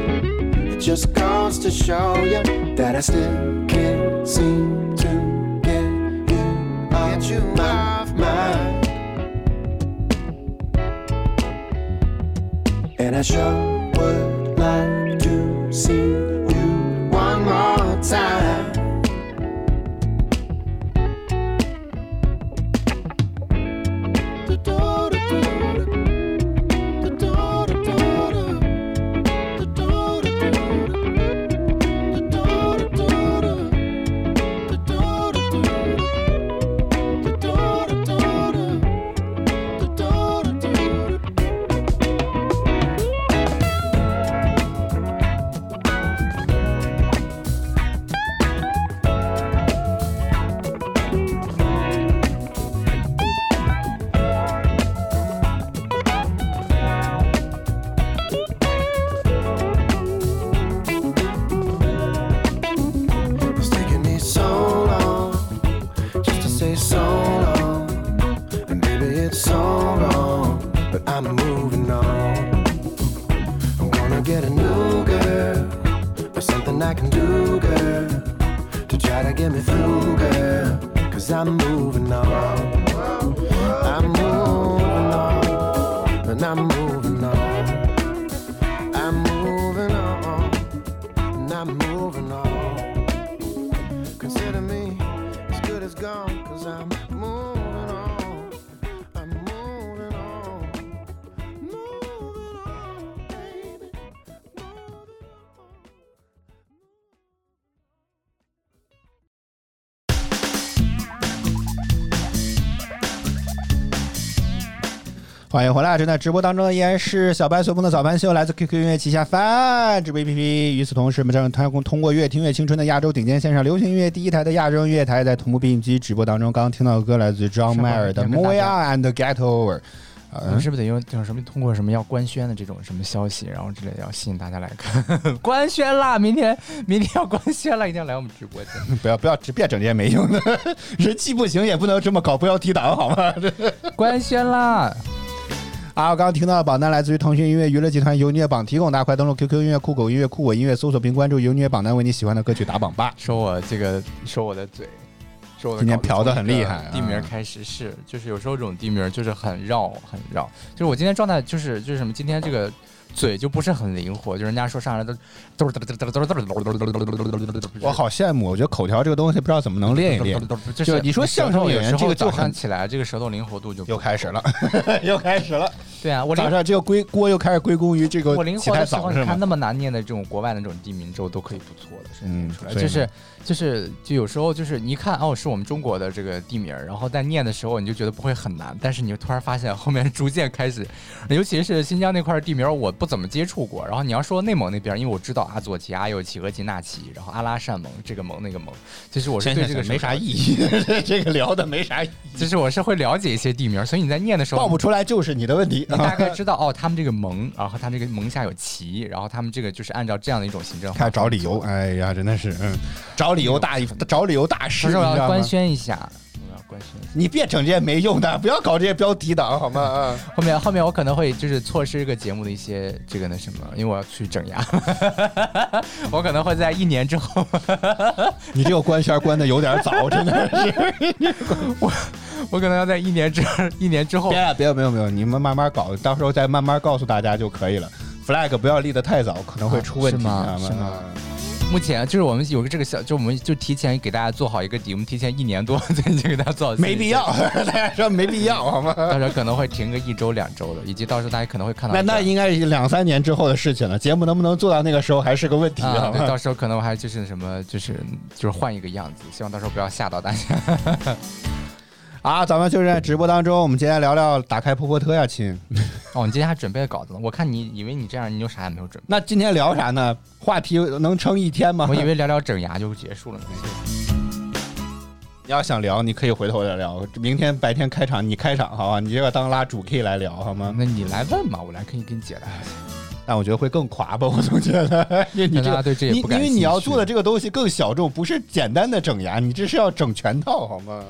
It just goes to show you that I still can't seem to get you off you my mind. And I sure would like to see you one more time. I'm moving on. I'm gonna get a new girl, but something I can do, girl, to try to get me through, girl. Cause I'm moving on. I'm moving on, and I'm moving on. I'm moving on, and I'm moving on. Consider me as good as gone, cause I'm moving on. I'm moving on. Moving on, baby. Moving on.
欢迎回来！正在直播当中的依然是小白所梦的早班秀，来自 QQ 音乐旗下 Fun 直播 APP。与此同时，我们正通通过“越听越青春”的亚洲顶尖线上流行音乐第一台的亚洲音乐台，在同步并机直播当中。刚刚听到的歌来自于 John
是吧
Mayer 的《
你们大
Moya and Get Over》。嗯
你嗯是不是得用就是什么通过什么要官宣的这种什么消息，然后之类的要吸引大家来看？ (laughs) 官宣啦，明天明天要官宣了，一定要来我们直播间。 (laughs)
不要不要，别整这些没用的，人气不行也不能这么搞，不要提档好吗？ (laughs)
官宣啦！
啊，我刚刚听到的榜单来自于腾讯音乐娱乐集团由音乐榜提供，大家快登录 QQ 音乐、酷狗音乐、酷我音乐，搜索并关注由音乐榜单，为你喜欢的歌曲打榜吧。
说我这个，说我的嘴，说我的
今天
稿子
嫖得
从
很
这个
厉害啊
地名开始是，就是有时候这种地名就是很绕，很绕。就是我今天状态就是就是什么，今天这个嘴就不是很灵活，就是人家说上来都都是
我好羡慕，我觉得口条这个东西不知道怎么能练一练。，
就是
你说相声演
有
员
时候
这个就
早
很
上起来，这个舌头灵活度就不
又开始了， (laughs) 又开始了。
对啊，我灵
早上这个归锅又开始归功于这个
我灵
起
活
太
的时候，
早
你
是
看
吗？
那么难念的这种国外的这种地名之后都可以不错的，是念
嗯
出来，
所以
就
呢
是就是就有时候就是你一看哦，是我们中国的这个地名儿，然后在念的时候你就觉得不会很难，但是你突然发现后面逐渐开始，尤其是新疆那块地名儿我不怎么接触过，然后你要说内蒙那边儿，因为我知道阿佐奇、阿尤奇、额济纳奇，然后阿拉善盟这个盟那个盟，其实我是
真
对
的
这个
没啥意，义， (laughs) 这个聊的没啥意义，
其实我是会了解一些地名儿，所以你在念的时候
报不出来就是你的问题。啊
你大概知道哦，他们这个盟，然后他们这个盟下有旗，然后他们这个就是按照这样的一种行政划
开
分
始找理由，哎呀，真的是，嗯，找理由大，找理由大
不
师，你
是
知
我要
道吗
官？宣一下，我要官宣一下。
你别整这些没用的，不要搞这些标题党好吗？ (laughs) 啊，
后面后面我可能会就是错失这个节目的一些这个那什么，因为我要去整牙， (laughs) 我可能会在一年之后， (laughs)
你这个官宣关的有点 (laughs) 早，真的是。
我可能要在一年之一年之后，
别啊别，没有没有，你们慢慢搞，到时候再慢慢告诉大家就可以了。flag 不要立得太早，可能会出问题，
啊是吗
知道
是吗目前就是我们有个这个小，就我们就提前给大家做好一个底，我们提前一年多再就给大家做好，
没必要，， (laughs) 大家说没必要好吗？
到时候可能会停个一周两周的，以及到时候大家可能会看到
那
一个
那应该是两三年之后的事情了，节目能不能做到那个时候还是个问题，
(laughs) 啊，
好
对，
吗？
到时候可能我还就是什么，就是就是换一个样子，希望到时候不要吓到大家。
(laughs) 啊，咱们就是在直播当中，我们今天聊聊打开破破特
(laughs)
呀，亲。
(laughs) 哦，你今天还准备了稿子呢？我看你以为你这样，你就啥也没有 (laughs) 准备。
那今天聊啥呢？话题能撑一天吗？
我以为聊聊整牙就结束了呢。
你 (laughs) 要想聊，你可以回头再聊。明天白天开场你开场好吧？你这个当拉主 K 来聊好吗？
(laughs) 那你来问嘛，我来可以给你解答一下。
但我觉得会更垮吧，我总觉得， (laughs) 因为你
但
这
大家
个
对这也
你
不感
因为你要做的
兴
这个东西更小众，不是简单的整牙，你这是要整全套好吗？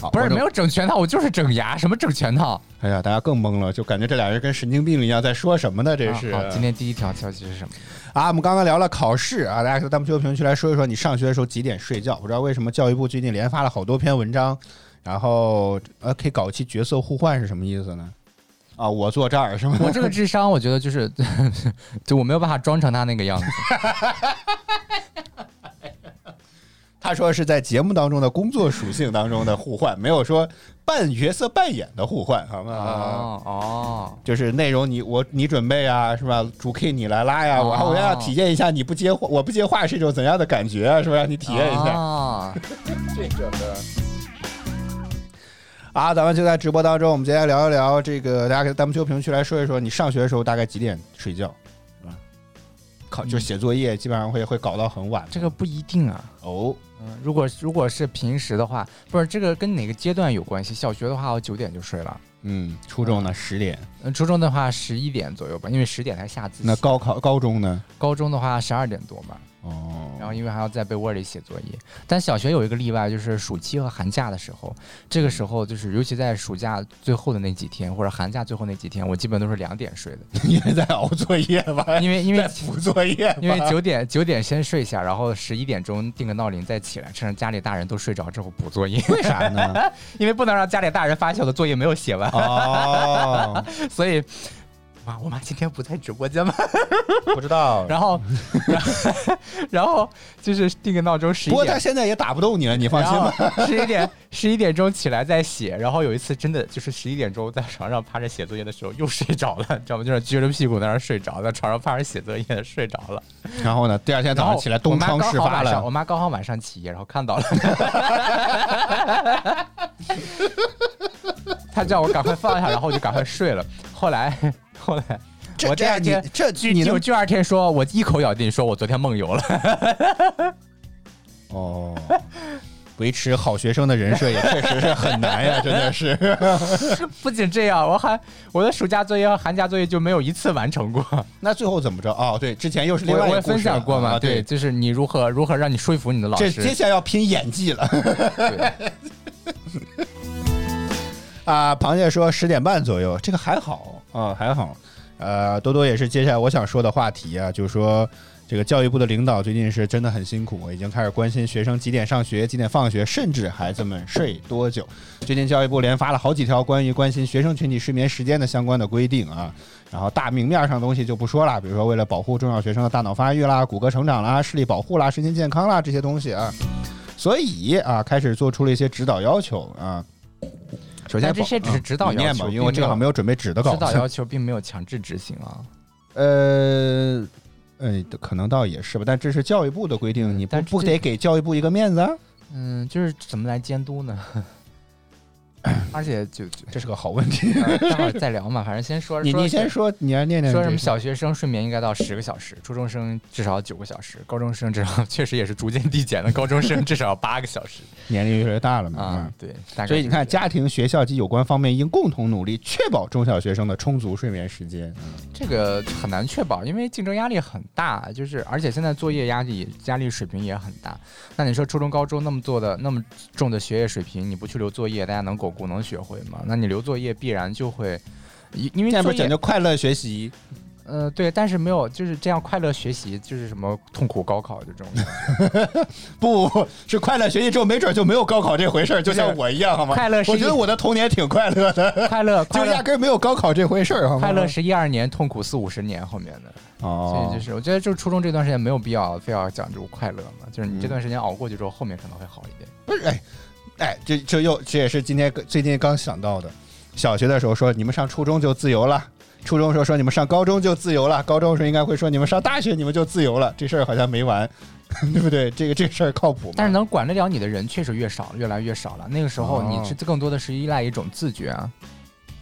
好
不是
观众
没有整全套，我就是整牙，什么整全套？
哎呀，大家更懵了，就感觉这俩人跟神经病一样，在说什么呢？这是
啊好今天第一条消息是什么？
啊，我们刚刚聊了考试啊，大家在弹幕区评论区来说一说你上学的时候几点睡觉？不知道为什么教育部最近连发了好多篇文章，然后呃，可以搞一期角色互换是什么意思呢？啊，我坐这儿是吗？
(laughs) 我这个智商，我觉得就是 (laughs) 就我没有办法装成他那个样 (laughs) 子。
(laughs) 他说是在节目当中的工作属性当中的互换，没有说扮角色扮演的互换，好吗？
哦哦，
就是内容你我你准备啊，是吧？主 K 你来拉呀，我、
哦
我要体验一下你不接话，我不接话是一种怎样的感觉啊，是吧？让你体验一下。
下。
啊，咱们就在直播当中，我们今天聊一聊这个，大家给弹幕区、评论区来说一说，你上学的时候大概几点睡觉，是吧？考就写作业，基本上会会搞到很晚。
这个不一定啊。
哦，
嗯，如果如果是平时的话，不是这个跟哪个阶段有关系？小学的话，我九点就睡了。
嗯，初中呢十点，
嗯，初中的话十一点左右吧，因为十点才下自习。
那高考高中呢？
高中的话十二点多嘛，
哦，
然后因为还要在被窝里写作业。但小学有一个例外，就是暑期和寒假的时候，这个时候就是尤其在暑假最后的那几天，或者寒假最后那几天，我基本都是两点睡的，
(laughs) 你也在熬作业 (laughs) 吧？
因为因为
在补作业吧，
因为九点九点先睡下，然后十一点钟定个闹铃再起来，趁着家里大人都睡着之后补作业，
为啥呢？
因为不能让家里大人发现我的作业没有写完，
哦，
所以。妈，我妈今天不在直播间吗？
(laughs) 不知道。
然后，然后，然后就是定个闹钟十一
不过他
点，
现在也打不动你了，你放
然
心吧。
后十一点十一点钟起来再写。然后有一次真的就是十一点钟在床上趴着写作业的时候又睡着了，你知道吗？就是撅着屁股在那儿睡着，在床上趴着写作业睡着了。
然后呢，第二天早
然后
上起来东窗事发
我妈刚
了，
好晚上我妈刚好晚上起夜，然后看到了，她叫我赶快放下，然后我就赶快睡了。后来，后来。
这
我第二
这样
天
你，这
据
你能
就第二天说，我一口咬定说我昨天梦游了。
哦，维持好学生的人设也确实是很难呀，真
(laughs)
的是。
不仅这样，我还我的暑假作业和寒假作业就没有一次完成过。
那最后怎么着？哦，对，之前又是
我
另外一
我
个
也
故事
分享过嘛，
啊
对，
对，
就是你如何如何让你说服你的老
这
师。
接下来要拼演技了
对
(laughs) 啊！螃蟹说十点半左右，这个还好啊，还好。呃，多多也是接下来我想说的话题啊，就是说这个教育部的领导最近是真的很辛苦，已经开始关心学生几点上学、几点放学，甚至孩子们睡多久。最近教育部连发了好几条关于关心学生群体睡眠时间的相关的规定啊。然后大明面上的东西就不说了，比如说为了保护中小学生的大脑发育啦、骨骼成长啦、视力保护啦、身心健康啦这些东西啊，所以啊，开始做出了一些指导要求啊。首先
但
保，
这些只是指导
你念
要求
吧因为我
并
这
没
个
有
好像没有准备纸的稿
指导 (laughs)
子。
要求并没有强制执行啊，
呃，呃，可能倒也是吧，但这是教育部的规定，你不
嗯但是
不
这
得给教育部一个面子啊？
(laughs) 嗯，就是怎么来监督 (laughs) 呢？而且就就
这是个好问题。
呃待会儿再聊嘛，反正先 (laughs) 说
(laughs) 你你先
说
说，你来念念
说什
这
么
个
小学生睡眠应该到十个小时，初中生至少九个小时，高中生至少 (laughs) 确实也是逐渐递减的，高中生至少要八个小 (laughs) 时
年龄越来越大了嘛？
啊
啊，
对，大概
所以你
就是
看，家庭、学校及有关方面应共同努力，确保中小学生的充足睡眠时间。
这个很难确保，因为竞争压力很大，就是而且现在作业压力压力水平也很大。那你说初中、高中那么做的那么重的学业水平，你不去留作业，大家能巩固能学会吗？那你留作业必然就会，因因为
下
作
面
业
讲究快乐学习，
呃，对，但是没有就是这样快乐学习，就是什么痛苦高考这
(laughs)
种，
不 (laughs) 是快乐学习之后，没准就没有高考这回事儿，就像我一样，好吗？
快乐是一
我觉得我的童年挺快乐的，
快乐
(laughs) 就
快
压
乐
根儿没有高考这回事儿，好吗？
快乐是一二年，痛苦四五十年后面的，所
哦
以就，是我觉得就是初中这段时间没有必要非要讲究快乐嘛，就是
嗯
你这段时间熬过去之后，后面可能会好一点。
不是哎哎，这这又这也是今天最近刚想到的。小学的时候说你们上初中就自由了，初中的时候说你们上高中就自由了，高中的时候应该会说你们上大学你们就自由了，这事儿好像没完， (laughs) 对不对？这个这事儿靠谱吗？
但是能管得了你的人确实越少，越来越少了。那个时候
哦
你是更多的是依赖一种自觉啊，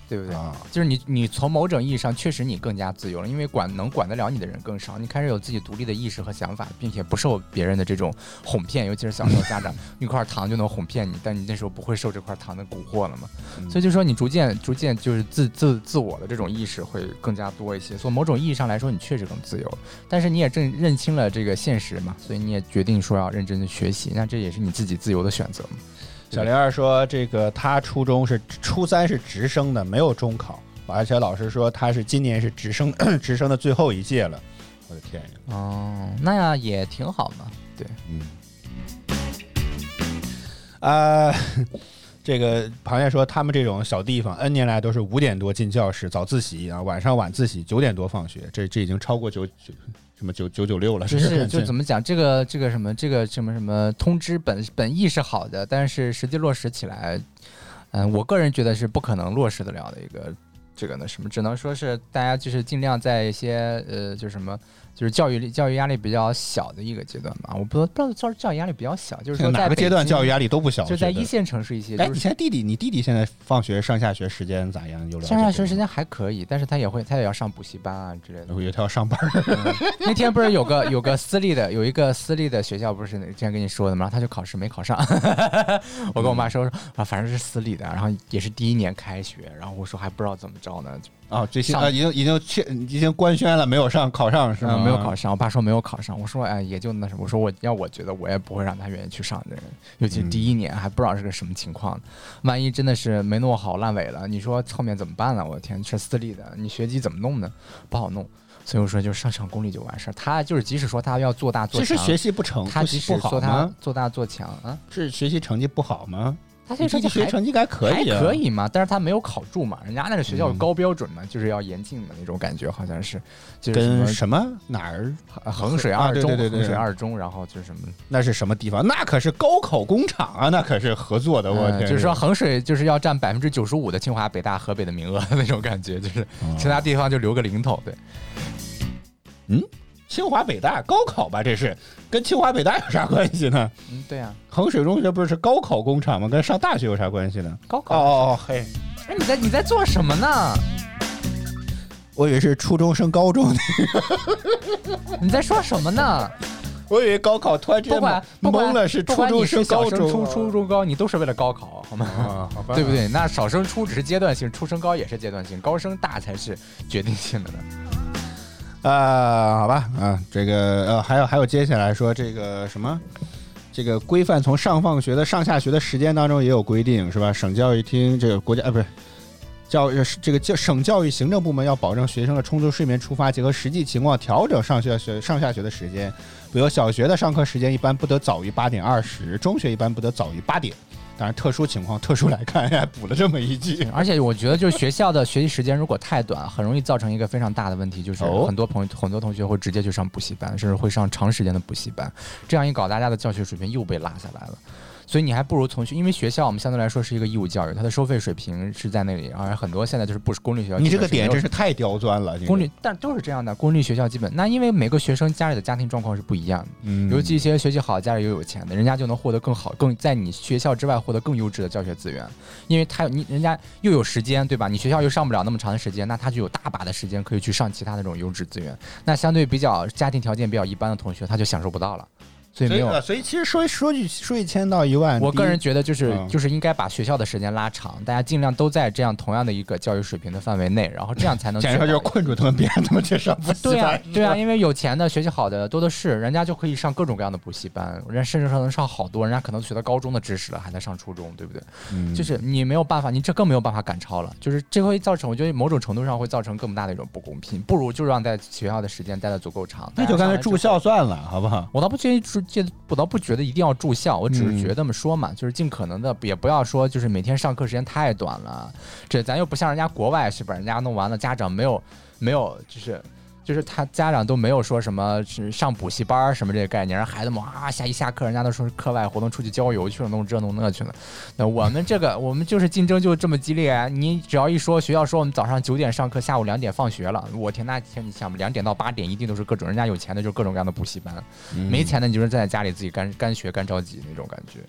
对不对？
啊，
就是你你从某种意义上确实你更加自由了，因为管能管得了你的人更少，你开始有自己独立的意识和想法，并且不受别人的这种哄骗，尤其是小时候家长一块糖就能哄骗你，但你那时候不会受这块糖的蛊惑了嘛。所以就说你逐渐逐渐就是自自自我的这种意识会更加多一些，所以某种意义上来说你确实更自由了，但是你也正认清了这个现实嘛，所以你也决定说要认真的学习，那这也是你自己自由的选择嘛。
小玲儿说，这个她初中是初三是直升的，没有中考，而且老师说她是今年是直升 (clears throat) 直升的最后一届了。我的天呀！
哦，那样也挺好嘛。对，
嗯。啊， (laughs) 这个螃蟹说，他们这种小地方，N 年来都是五点多进教室，早自习啊，晚上晚自习，九点多放学，这这已经超过九九什么九九九六了，
只是就怎
么
么讲，这个这个什么这个什么什么通知本本意是好的，但是实际落实起来，嗯，我个人觉得是不可能落实得了的一个这个呢什么，只能说是大家就是尽量在一些呃就是什么就是教育力教育压力比较小的一个阶段吧。我不不知道教教育压力比较小，就是说
哪
在
个阶段教育
育
压力都不小，
就在
我觉得
一。线城市一些，
哎，
就
你
是
现在弟弟，你弟弟现在放学上下学时间咋样？有了解
上下学
过
时
吗
间还可以，但是他也会他也要上补习班啊之类的。
我以为他要上班儿。
(laughs) 那天不是有个有个私立的，有一个私立的学校，不是之前跟你说的吗？然后他就考试没考上， (laughs) 我跟我
嗯
妈说说啊，反正是私立的，然后也是第一年开学，然后我说还不知道怎么着呢，
哦，最新
上
啊，已经已经确已经官宣了，没有上考上是吗？
嗯没有考上。我爸说没有考上，我说哎也就那什么，我说我要我觉得我也不会让他愿意去上这个，尤
嗯
其是第一年还不知道是个什么情况，万一真的是没弄好烂尾了，你说后面怎么办呢？我的天，是私立的，你学籍怎么弄呢？不好弄。所以我说就上上公立就完事儿。他就是即使说他要做大做
其实
强，
学习不成，
他
不
即使
不好
做他
吗？
做大做强啊，
是学习成绩不好吗？
他
你
这个
弟弟学习
还
成绩该可以、啊，嗯
还可。以嘛，但是他没有考住嘛，人家那个学校有高标准嘛，就是要严禁的那种感觉，好像是，就是
跟
什
什么哪儿？
么衡水
啊
二
对
中，
对对对
衡水二中，然后就是什么，
那是什么地方？那可是高考工厂啊，那可是合作的。我
呃
天，
就是说衡水就是要占百分之九十五的清华、北大、河北的名额 (laughs) 那种感觉，就是
哦
其他地方就留个零头，对，
清华北大高考吧，这是跟清华北大有啥关系呢？ (laughs)
嗯，对啊，
衡水中学不是是高考工厂吗？跟上大学有啥关系呢？
高考，
哦哦嘿，
哎，你在你在做什么呢？
我以为是初中升高中，
你在说什么呢？
(laughs) 我以为高考突然之
不
间
管不
懵
管
了，是
不
初
管
中
你是
升
小
高
升
中，
初初中高，你都是为了高考，好吗？
啊，好吧，
对不？对？那小升初只是阶段性，初升高也是阶段性，高升大才是决定性的呢。
啊，好吧，啊，这个呃，还有还有，接下来说这个什么，这个规范从上放学的上下学的时间当中也有规定，是吧？省教育厅这个国家啊，不是。教育这个教省教育行政部门要保证学生的充足睡眠，出发结合实际情况调整上学学上下学的时间，比如小学的上课时间一般不得早于八点二十，中学一般不得早于八点。当然，特殊情况特殊来看，还补了这么一句。
而且我觉得，就是学校的学习时间如果太短，很容易造成一个非常大的问题，就是
哦
很多朋友、很多同学会直接去上补习班，甚至会上长时间的补习班。这样一搞，大家的教学水平又被拉下来了。所以你还不如从学，因为学校我们相对来说是一个义务教育，它的收费水平是在那里，而很多现在就是不是公立学校。
你这个
基本
点
没有
真是太刁钻了，这个
公立，但都是这样的。公立学校基本那因为每个学生家里的家庭状况是不一样的，
嗯
尤其一些学习好、家里又有钱的，人家就能获得更好、更在你学校之外获得更优质的教学资源，因为他有你人家又有时间，对吧？你学校又上不了那么长的时间，那他就有大把的时间可以去上其他那种优质资源。那相对比较家庭条件比较一般的同学，他就享受不到了，所以
所
没
以
有。
呃所以其实说说句说一千道一万，
我个人
第
觉得就是
嗯
就是应该把学校的时间拉长，大家尽量都在这样同样的一个教育水平的范围内，然后这样才
(laughs) 一
能
简直就是
确保
困住他们，别让他们去上
(laughs)
补习
对啊
班，
对啊，因为有钱的、学习好的多的是，人家就可以上各种各样的补习班，人家甚至上能上好多，人家可能学到高中的知识了，还在上初中，对不对？
嗯
就是你没有办法，你这更没有办法赶超了，就是这会造成，我觉得某种程度上会造成更大的一种不公平，不如就让在学校的时间待的足够长。
那就刚才
大家上
住
来之后。
校算了，好不好？
我倒不建议住，建我倒不觉得一定要住校，我只是
嗯
觉得这么说嘛，就是尽可能的，也不要说就是每天上课时间太短了。这咱又不像人家国外是吧？人家弄完了，家长没有没有就是。就是他家长都没有说什么是上补习班儿什么这个概念，让孩子们啊下一下课，人家都说是课外活动出去郊游去了，弄这弄那去了。那我们这个我们就是竞争就这么激烈，啊你只要一说学校说我们早上九点上课，下午两点放学了，我天，那天你想两点到八点一定都是各种人家有钱的就是各种各样的补习班，
嗯
没钱的你就是在家里自己干干学干着急那种感觉，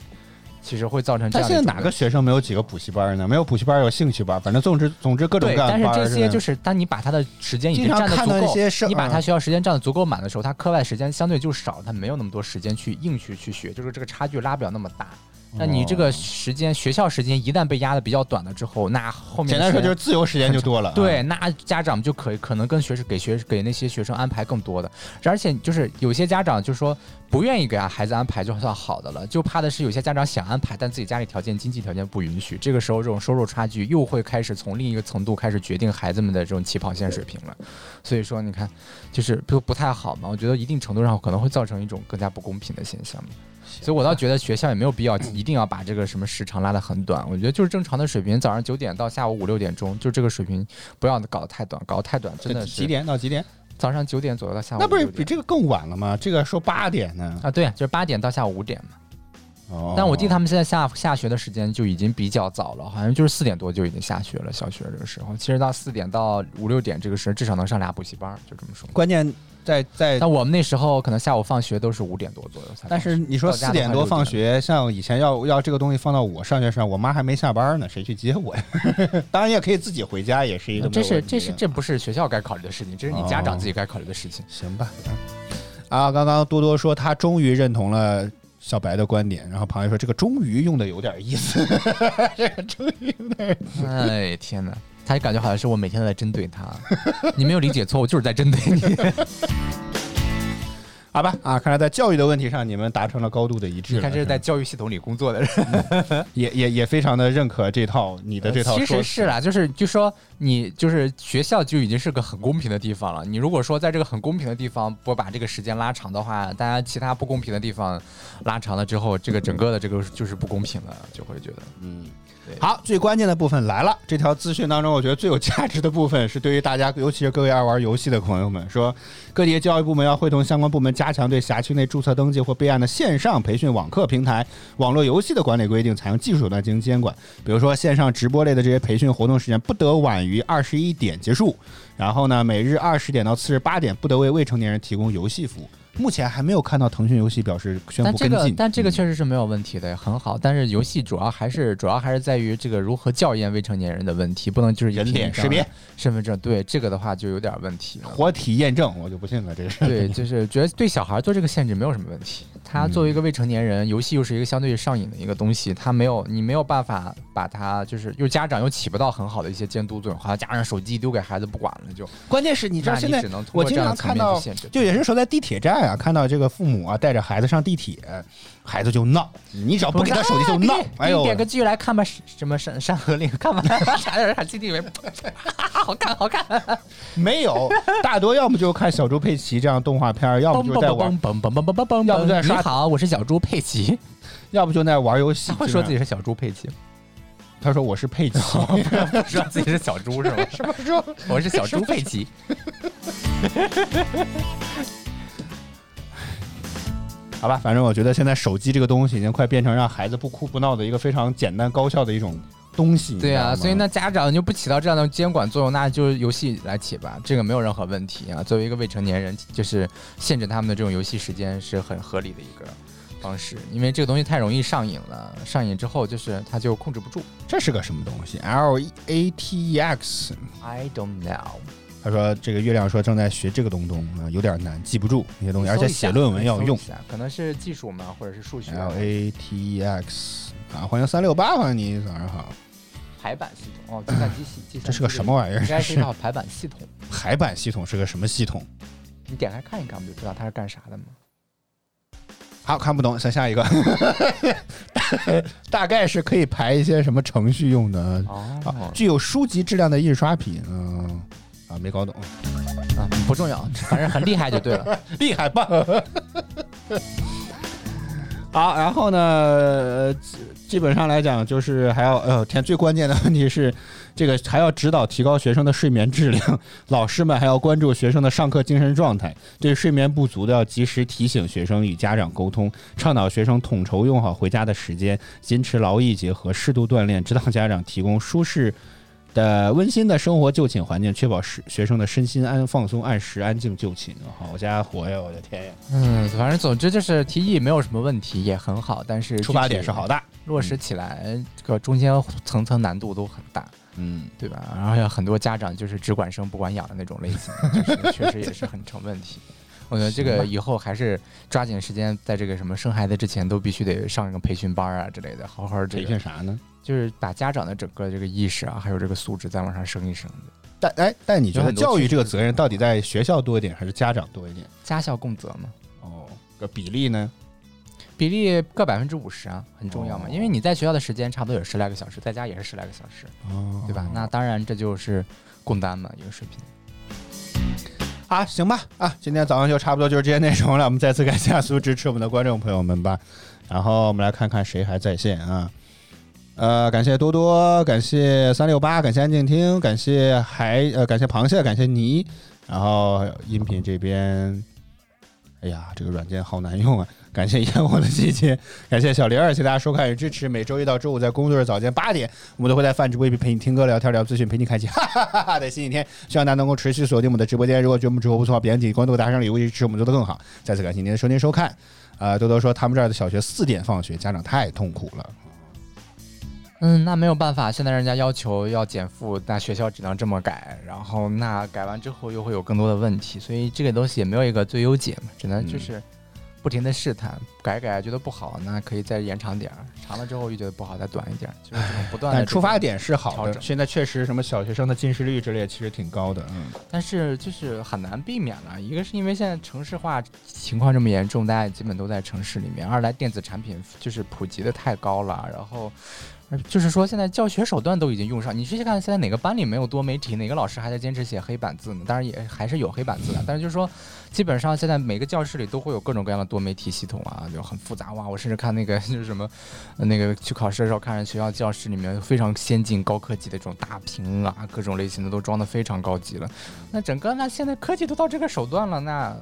其实会造成这
但
样
现
的一种
在哪
问
个
题
学生没有几个补习班呢？没有补习班，有兴趣班，反正总之总之各种
对，
各样
但
的
是
班。
这些就是是当你把他的时间已经
经常
占的
看
足
到一些
够，
生
你把他
嗯
学校时间占的足够满的时候，他课外时间相对就少，他没有那么多时间去硬去去学，就是这个差距拉不了那么大。那你
哦
这个时间，学校时间一旦被压的比较短了之后，那后面
简单说
的时
就
间
是自由时间就多了。啊嗯
对，，那家长就可以可能跟学生给学给那些学生安排更多的，而且就是有些家长就说不愿意给孩子安排就算好的了，就怕的是有些家长想安排，但自己家里条件经济条件不允许，这个时候这种收入差距又会开始从另一个程度开始决定孩子们的这种起跑线水平了，所以说你看就是不不太好嘛，我觉得一定程度上可能会造成一种更加不公平的现象嘛。所以，我倒觉得学校也没有必要一定要把这个什么时长拉得很短。我觉得就是正常的水平，早上九点到下午五六点钟，就这个水平，不要搞得太短，搞得太短真的是
几？点到几点？
早上九点左右到下午
那不是
6
比
点
这个更晚了吗？这个说八点呢。
啊？对，就是八点到下午五点嘛。
哦
但我弟他们现在下下学的时间就已经比较早了，好像就是四点多就已经下学了。小学这个时候，其实到四点到五六点这个时候，至少能上俩补习班儿，就这么说。
关键在在
但我们那时候可能下午放学都是五点多左右才放学。
但是你说
啊到家都
四点
快
多
六
放
了
学，像以前要要这个东西放到我上学上，我妈还没下班呢，谁去接我呀？ (laughs) 当然也可以自己回家，也是一个没
嗯这
有
是
问题啊
这是
的
这不是学校该考虑的事情，这是你家
哦
长自己该考虑的事情。
行吧。嗯啊，刚刚多多说他终于认同了小白的观点，然后螃蟹说这个“终于”用的有点意思， (laughs) 这个“终于”有点
(laughs) 哎，天哪！
(laughs)
他就感觉好像是我每天都在针对他，你没有理解错，我就是在针对你。
好吧啊，看来在教育的问题上，你们达成了高度的一致
你
了。
看，这是
吧
在教育系统里工作的人，
也也也非常的认可这套你的嗯这套
呃其
说辞。
实是啦、就是就说你就是学校就已经是个很公平的地方了。你如果说在这个很公平的地方不把这个时间拉长的话，大家其他不公平的地方拉长了之后，这个整个的这个就是不公平了，就会觉得
好，最关键的部分来了。这条资讯当中，我觉得最有价值的部分是对于大家，尤其是各位爱玩游戏的朋友们，说各地教育部门要会同相关部门加强对辖区内注册登记或备案的线上培训网课平台、网络游戏的管理规定，采用技术手段进行监管。比如说，线上直播类的这些培训活动时间不得晚于二十一点结束，然后呢，每日二十点到四十八点不得为未成年人提供游戏服务。目前还没有看到腾讯游戏表示宣
但
布
这
跟进，
个但这个
嗯
确实是没有问题的，很好。但是游戏主要还是主要还是在于这个如何校验未成年人的问题，不能就是以
人
凭
脸
你这
识别
样的身份证。对这个的话就有点问题了。
活体验证，我就不信了，这是。
对，就是觉得对小孩做这个限制没有什么问题。他作为
嗯
一个未成年人，游戏又是一个相对上瘾的一个东西，他没有你没有办法把他就是又家长又起不到很好的一些监督作用，好像家长手机丢给孩子不管了就。
关键是你知道
那你
现在
只能通
我
过
经
这样的
常
层
看
面去
到
限制，
就也是说在地铁站啊，看到这个父母啊带着孩子上地铁，孩子就闹，你只要不给他手机就闹，
给
哎
你
呦，
点个剧来看吧，什么山山河令看吧， (laughs) 啥人还基地里面， (laughs) 好看好看。
没有，大多要么就看小猪佩奇这样动画片儿，要么就是在玩，
蹦蹦蹦蹦蹦蹦
要不就在
你
刷
好，我是小猪佩 (laughs) 奇。
要不就在玩游戏。
他会
基
说
本
自己是小猪佩奇 (laughs) 吗，
上，他说我
(laughs)
是佩奇，
不知道自己是小猪是吗？ (laughs) 什么
猪？
我是小猪佩 (laughs) 奇。
好吧，反正我觉得现在手机这个东西已经快变成让孩子不哭不闹的一个非常简单高效的一种东西。
对
啊，
啊，所以那家长就不起到这样的监管作用，那就是游戏来起吧，这个没有任何问题啊。作为一个未成年人，就是限制他们的这种游戏时间是很合理的一个方式，因为这个东西太容易上瘾了，上瘾之后就是他就控制不住。
这是个什么东西？L E A T E X，
I don't know，
他说这个月亮说正在学这个东东啊，有点难，记不住那些东西，而且
搜一下
写论文要
搜一
用。
下可能是技术嘛，或者是数学
L A T E X 啊，欢迎三六八，欢迎你，早上好。
排版系统哦，计算机系计算机
这是个什么玩意儿
应该 (laughs) 是一
这是
套排版系统，
排版系统是个什么系统？
你点开看一看不就知道它是干啥的吗？
好看不懂，想下一个。 (laughs) 大概是可以排一些什么程序用的，啊
哦，
具有书籍质量的印刷品。嗯，啊，没搞懂，
啊，不重要，反正很厉害就对了。
厉害吧？ (laughs) 好，然后呢，呃基基本上来讲就是还要，呃，天，最关键的问题是，这个还要指导提高学生的睡眠质量，老师们还要关注学生的上课精神状态，对睡眠不足的要及时提醒学生与家长沟通，倡导学生统筹用好回家的时间，坚持劳逸结合，适度锻炼，指导家长提供舒适。的温馨的生活就寝环境，确保是学生的身心安放松、按时安静就寝。哦好家伙呀，我的天呀！
(laughs) 嗯，反正总之就是提议没有什么问题，也很好，但是
出发
具体
点是好的，
落实起来这个中间层层难度都很大，
嗯，
对吧？然后有很多家长就是只管生不管养的那种类 (laughs) 型，就是确实也是很成问题。我觉得这个以后还是抓紧时间，在这个什么生孩子之前都必须得上一个培训班啊之类的，好好这
培
个
训啥呢？
就是把家长的整个这个意识啊，还有这个素质再往上升一升。
但哎，但你觉
有
得
很多
教育这个责任到底在学校多一点，还是家长多一点？
家校共责嘛，
哦，个比例呢？
比例各百分之五十啊，很重要嘛
哦，
因为你在学校的时间差不多有十来个小时，在家也是十来个小时。
哦
对吧？那当然，这就是共担嘛，一个水平。
啊，行吧，啊，今天早上就差不多就是这些内容了。我们再次感谢所有支持我们的观众朋友们吧。然后我们来看看谁还在线啊？呃，感谢多多，感谢三六八，感谢安静听，感谢海，呃，感谢螃蟹，感谢泥。然后音频这边，哎呀，这个软件好难用啊！感谢烟火的季节，感谢小玲儿，谢谢大家收看与支持。每周一到周五在工作日早间八点，我们都会在饭直播里陪你听歌、聊天、聊资讯，陪你开启 (laughs) 哈哈哈哈的新一天。希望大家能够持续锁定我们的直播间。如果觉得我们直播不错，别忘记关注、打赏、礼物，支持我们做得更好。再次感谢您的收听收看。呃，多多说他们这儿的小学四点放学，家长太痛苦了。
嗯，那没有办法，现在人家要求要减负，那学校只能这么改，然后
嗯
那改完之后又会有更多的问题，所以这个东西也没有一个最优解嘛，只能就是不停的试探，改改觉得不好，那可以再延长点儿，长了之后又觉得不好，再短一点儿，就是这种不断的。
但出发，点是好
调
的，
整
现在确实什么小学生的近视率之类其实挺高的，嗯，
但是就是很难避免了。一个是因为现在城市化情况这么严重，大家基本都在城市里面；二来电子产品就是普及的太高了，然后。呃就是说，现在教学手段都已经用上。你去看现在哪个班里没有多媒体，哪个老师还在坚持写黑板字呢？当然也还是有黑板字的，但是就是说，基本上现在每个教室里都会有各种各样的多媒体系统啊，就很复杂哇！我甚至看那个 (laughs) 就是什么，呃那个去考试的时候，看着学校教室里面非常先进、高科技的这种大屏啊，各种类型的都装的非常高级了。那整个那现在科技都到这个手段了，那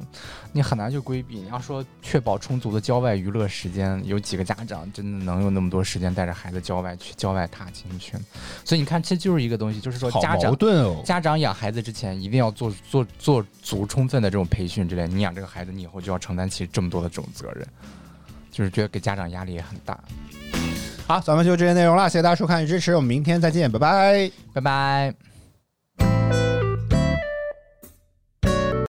你很难去规避。你要说确保充足的郊外娱乐时间，有几个家长真的能有那么多时间带着孩子郊外去郊外踏青去？所以你看，这就是一个东西，就是说
好
家长
矛盾哦。
家长养孩子之前一定要做做做足充分的这种培训之类，你养这个孩子，你以后就要承担起这么多的这种责任，就是觉得给家长压力也很大。
好，咱们就这些内容了，谢谢大家收看与支持，我们明天再见，拜拜。
拜拜。